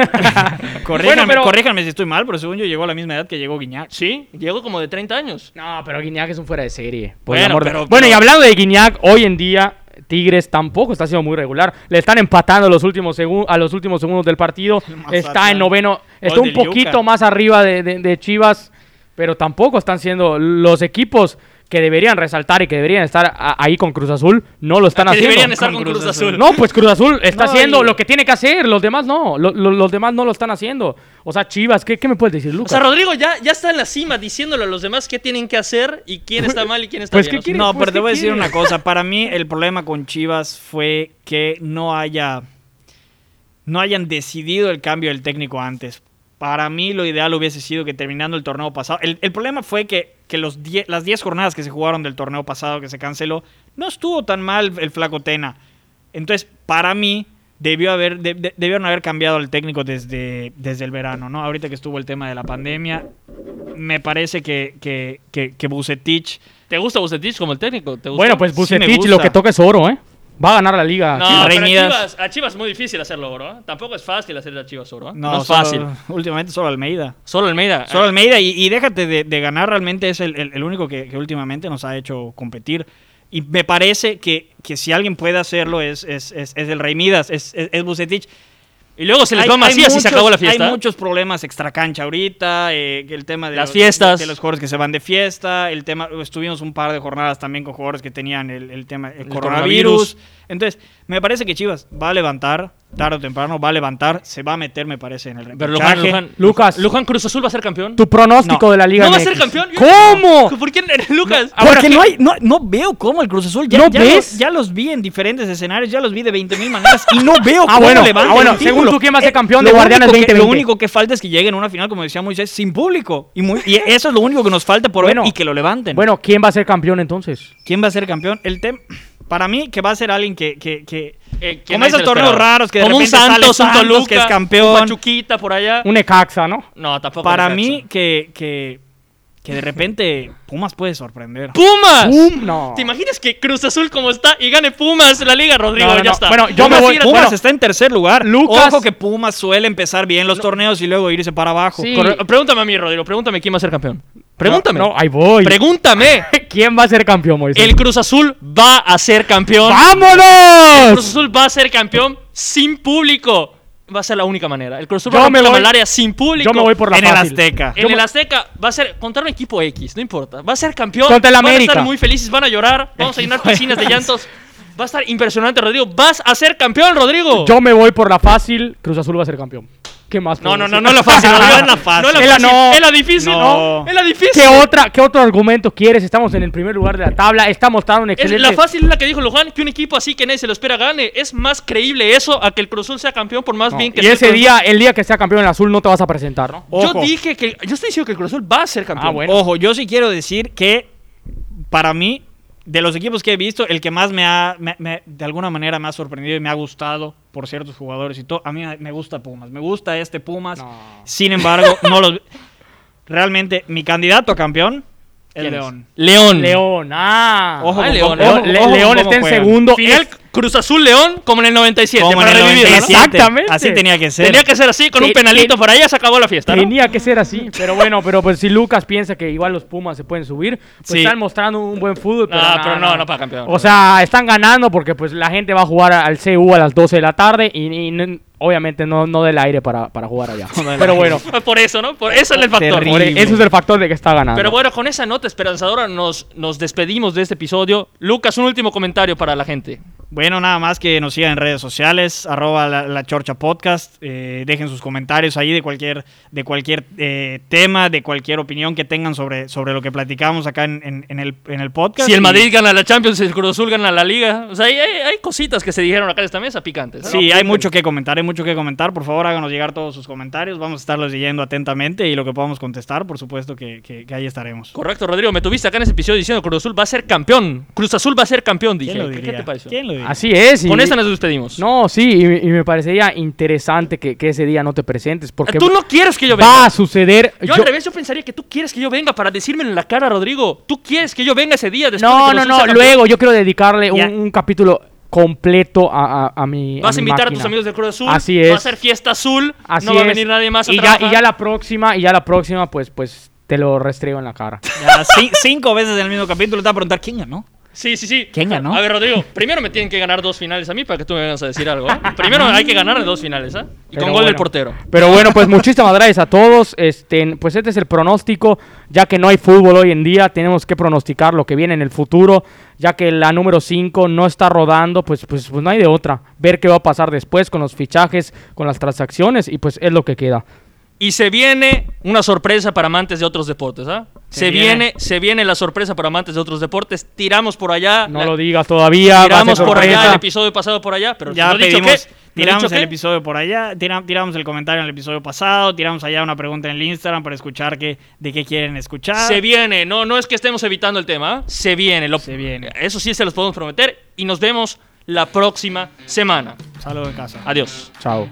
C: Corríjanme,
B: pero-
C: corríjanme si estoy mal, pero según yo llegó a la misma edad que llegó Guiñac.
A: sí, llegó como de 30 años.
B: No, pero Guiñac es un fuera de serie. por
A: Bueno,
B: el amor de-
A: pero-
B: Bueno, y
A: pero-
B: hablando de Guiñac, hoy en día Tigres tampoco está siendo muy regular. Le están empatando a los últimos, segun- a los últimos segundos del partido.
C: Mazatlán.
B: Está en noveno. Está
C: Gol
B: un
C: del
B: poquito
C: Yuca.
B: más arriba de, de- de Chivas, pero tampoco están siendo los equipos que deberían resaltar y que deberían estar a- ahí con Cruz Azul, no lo están
A: Que
B: haciendo.
A: deberían estar
C: con
A: con Cruz
C: Cruz
A: Azul.
B: No, pues Cruz Azul está
C: No,
B: haciendo
C: y-
B: lo que tiene que hacer, los demás no, lo- lo- los demás no lo están haciendo. O sea, Chivas, ¿qué, qué me puedes decir,
A: O
B: Lucas?
A: sea, Rodrigo ya, ya está en la cima diciéndole a los demás qué tienen que hacer y quién está mal y quién está
B: Pues,
A: bien.
B: ¿qué
A: O sea,
B: quiere?
C: No,
B: pues,
C: pero te
B: ¿qué
C: voy a decir
B: quiere?
C: una cosa. Para mí, el problema con Chivas fue que no haya. No hayan decidido el cambio del técnico antes. Para mí, lo ideal hubiese sido que terminando el torneo pasado. El, el problema fue que, que los die- las 10 jornadas que se jugaron del torneo pasado, que se canceló, no estuvo tan mal el Flaco Tena. Entonces, para mí, debió haber, de- de- debieron haber cambiado el técnico desde, desde el verano, ¿no? Ahorita que estuvo el tema de la pandemia, me parece que, que, que, que Vucetich.
A: ¿Te gusta Bucetich como el técnico? ¿Te gusta?
B: Bueno, pues
C: Sí me
B: Bucetich
C: gusta.
B: lo que toca es oro, ¿eh? Va a ganar la liga.
A: No,
B: Chivas.
A: pero a
C: reñidas.
A: Chivas, a Chivas es muy difícil hacerlo oro. ¿eh? Tampoco es fácil hacer a Chivas oro. ¿eh? No,
C: No,
A: es fácil.
C: solo- últimamente solo Almeida.
A: Solo Almeida.
C: Solo Almeida y, y déjate de, de ganar, realmente es el, el- el único que, que últimamente nos ha hecho competir. Y me parece que, que si alguien puede hacerlo es, es, es- es el Rey Midas, es, es, es Vucetich.
A: Y luego se les
C: Hay-
A: va
C: hay
A: Macías y se
C: muchos-
A: acabó la fiesta.
C: Hay muchos problemas extracancha ahorita, eh, que el tema de
A: Las
C: los,
A: fiestas.
C: de los jugadores que se van de fiesta, el tema, estuvimos un par de jornadas también con jugadores que tenían el, el tema el
A: El
C: coronavirus.
A: coronavirus.
C: Entonces, me parece que Chivas va a levantar, tarde o temprano va a levantar, se va a meter, me parece, en el
A: Pero Luján,
C: repechaje.
A: Luján,
B: Lucas.
A: Luján Cruz Azul va a ser campeón.
B: Tu pronóstico
C: No.
B: de la Liga
A: ¿No va a
B: MX.
A: ser campeón? Yo-
B: ¿Cómo?
A: ¿Por qué Lucas?
B: Ah, bueno,
C: Porque
B: ¿qué?
C: no, hay, no, no veo cómo el Cruz Azul ya,
B: ¿No
C: ya
B: ves?
C: los, ya los vi en diferentes escenarios, ya los vi de 20 mil maneras y no veo
B: Ah,
C: cómo
B: bueno,
C: levantan
B: ah, bueno,
C: el título.
B: según tú, ¿quién va a ser
C: Eh,
B: campeón de
C: lo
B: Guardianes
C: único que-
B: 2020?
C: Lo único que falta es que lleguen a una final, como decía Moisés, sin público. Y, muy- y eso es lo único que nos falta por
B: Bueno.
C: ver y que lo levanten.
B: Bueno, ¿quién va a ser campeón entonces?
C: ¿Quién va a ser campeón? El tema, para mí, que va a ser alguien que... que, que-
A: Eh, que
C: como
A: nadie
C: esos
A: se lo
C: torneos
A: esperaba.
C: raros que de
A: Como un
C: repente sale
A: Santos, un
C: Santos,
A: Toluca,
C: que es
A: un
C: campeón.
A: Pachuquita por allá.
B: Un Ecaxa, ¿no?
A: No, tampoco.
C: para
A: me
C: mí,
A: cansa.
C: que, que, que de repente Pumas puede sorprender.
A: ¡Pumas!
B: Pum, no.
A: ¿Te imaginas que Cruz Azul como está y gane Pumas la Liga, Rodrigo?
B: No, no,
A: ya
B: no.
A: está.
B: Bueno, yo
A: Pumas
B: me voy-
A: ir a-
C: Pumas
B: bueno.
C: está en tercer lugar.
B: Lucas-
C: Ojo que Pumas suele empezar bien los torneos y luego irse para abajo.
B: Sí.
A: Corre- Pregúntame a mí, Rodrigo. Pregúntame quién va a ser campeón. Pregúntame.
B: No, no, ahí voy.
A: Pregúntame.
B: ¿Quién va a ser campeón, Moisés?
A: El Cruz Azul va a ser campeón. El Cruz
B: ¡Vámonos!
A: Azul va a ser campeón sin público. Va a ser la única manera. El Cruz Azul
B: Yo
A: va a romper
B: me
A: la
B: voy-
A: malaria sin público.
B: Yo me voy por la
C: en el
B: fácil.
C: Azteca.
A: En el Azteca va a ser contra un equipo X, no importa. Va a ser campeón.
B: Contra el América.
A: Van a estar muy felices, van a llorar, vamos a llenar piscinas de llantos. Va a estar impresionante, Rodrigo. Vas a ser campeón, Rodrigo.
B: Yo me voy por la fácil. Cruz Azul va a ser campeón. ¿Qué más?
A: No,
B: puedo
A: no,
B: decir?
A: no, no la fácil, Rodrigo.
C: Es la fácil.
A: No es la
B: Es la
A: fácil.
B: no.
A: Es la difícil.
C: No.
A: Es la difícil.
B: ¿Qué, otra, ¿Qué otro argumento quieres? Estamos en el primer lugar de la tabla. Estamos tan un
A: Es
B: excelente.
A: la fácil es la que dijo Luján, que un equipo así que nadie se lo espera gane. Es más creíble eso a que el Cruz Azul sea campeón por más
B: No,
A: bien que
B: y
A: esté
B: ese
A: el Cruz
B: día, el día que sea campeón el azul, no te vas a presentar, ¿no?
A: Azul. Yo
C: Ojo.
A: dije que. Yo estoy diciendo que el Cruz Azul va a ser campeón.
B: Ah, bueno.
C: Ojo, yo sí quiero decir que para mí, de los equipos que he visto, el que más me ha, me- me- de alguna manera me ha sorprendido y me ha gustado por ciertos jugadores y todo, a mí me gusta Pumas, me gusta este Pumas.
B: No.
C: Sin embargo, no los... Realmente, mi candidato a campeón es
A: ¿Quién es?
C: León.
A: León.
B: León, ah.
C: Ojo,
A: Ah,
C: con-
A: León,
C: ojo,
A: León,
B: León, Le-
C: ojo con
B: León
C: cómo
B: está en
C: juegan.
B: segundo.
A: Final
B: Es-
A: Cruz Azul León como en el 97.
C: Como en
A: para
C: el
A: revivirla, ¿no?
C: 97.
B: Exactamente.
C: Así tenía que ser.
A: Tenía que ser así, con un
B: Te-
A: penalito
B: te-
A: para allá se acabó la fiesta, ¿no?
B: Tenía que ser así. Pero bueno, pero pues si Lucas piensa que igual los Pumas se pueden subir, pues
C: Sí.
B: están mostrando un buen fútbol. Pero,
A: Ah,
B: no,
A: pero no, no para campeón.
B: O sea, están ganando porque pues la gente va a jugar al CU a las 12 de la tarde y, y no- obviamente no, no del aire para, para jugar allá.
C: No del
B: pero
C: aire.
B: bueno,
A: Por eso, ¿no? Por eso es el factor.
C: Terrible.
B: por- eso es el factor de que está ganando.
A: Pero bueno, con esa nota esperanzadora nos, nos despedimos de este episodio. Lucas, un último comentario para la gente.
C: Bueno, nada más que nos sigan en redes sociales, arroba la, La chorcha podcast, eh, dejen sus comentarios ahí de cualquier, de cualquier eh, tema, de cualquier opinión que tengan sobre, sobre lo que platicamos acá en, en- en el, en el podcast.
A: Si el
C: Y-
A: Madrid gana la Champions, si el Cruz Azul gana la Liga. O sea, hay, hay- hay cositas que se dijeron acá en esta mesa picantes. ¿no?
C: Sí, hay mucho que comentar, hay mucho que comentar. Por favor, háganos llegar todos sus comentarios. Vamos a estarlos leyendo atentamente y lo que podamos contestar, por supuesto que, que- que ahí estaremos.
A: Correcto, Rodrigo. Me tuviste acá en ese episodio diciendo Cruz Azul va a ser campeón. Cruz Azul va a ser campeón, dije.
C: ¿Quién lo
A: ¿Qué-
C: diría?
A: ¿Qué te pareció? Ah,
C: ¿Quién lo diría?
B: Así es. y-
A: Con esta nos despedimos.
B: No, sí, y, me- y me parecería interesante que, que ese día no te presentes porque
A: Tú no quieres que yo venga.
B: va a suceder.
A: Yo, al
B: yo-
A: revés, yo pensaría que tú quieres que yo venga para decírmelo en la cara, Rodrigo. Tú quieres que yo venga ese día después de
B: no,
A: que
B: no,
A: Cruz
B: no.
A: Azul sea campeón?
B: Luego yo quiero dedicarle un,
C: Ya.
B: un capítulo completo a, a- a mi.
A: Vas a
B: mi
A: invitar a
B: máquina.
A: tus amigos del Cruz Azul.
B: Así
A: Va a
B: es.
A: ser fiesta azul.
B: Así
A: no va a
B: es.
A: venir nadie más a
B: y ya,
A: trabajar.
B: y ya la próxima, y ya la próxima, pues, pues te lo restrego en la cara.
C: Ya, ci- cinco veces en el mismo capítulo te va a preguntar quién ganó.
A: Sí, sí, sí.
C: ¿Quién ganó?
A: A ver, Rodrigo, primero me tienen que ganar dos finales a mí para que tú me vengas a decir algo. ¿eh? Primero hay que ganar dos finales, ¿ah? Y
B: Pero
A: con gol del
B: bueno.
A: portero.
B: Pero bueno, pues muchísimas gracias a todos. Este, pues este es el pronóstico, ya que no hay fútbol hoy en día, tenemos que pronosticar lo que viene en el futuro, ya que la número 5 no está rodando, pues, pues, pues no hay de otra. Ver qué va a pasar después con los fichajes, con las transacciones, y pues es lo que queda.
A: Y se viene una sorpresa para amantes de otros deportes, ¿ah? Se,
C: Se
A: viene.
C: viene.
A: se viene la sorpresa para amantes de otros deportes. Tiramos por allá.
B: No
A: la-
B: lo digas todavía. va a ser
A: Tiramos por allá el
B: sorpresa.
A: episodio pasado por allá, pero
C: Ya
A: no he dicho
C: pedimos,
A: qué, no he
C: tiramos
A: dicho
C: el
A: qué.
C: episodio por allá, tira- tiramos el comentario en el episodio pasado, tiramos allá una pregunta en el Instagram para escuchar qué, de qué quieren escuchar.
A: Se viene, no, no es que estemos evitando el tema, ¿ah? se viene, lo-
C: Se viene.
A: Eso sí se los podemos prometer y nos vemos la próxima semana.
C: Saludos en casa.
A: Adiós.
B: Chao.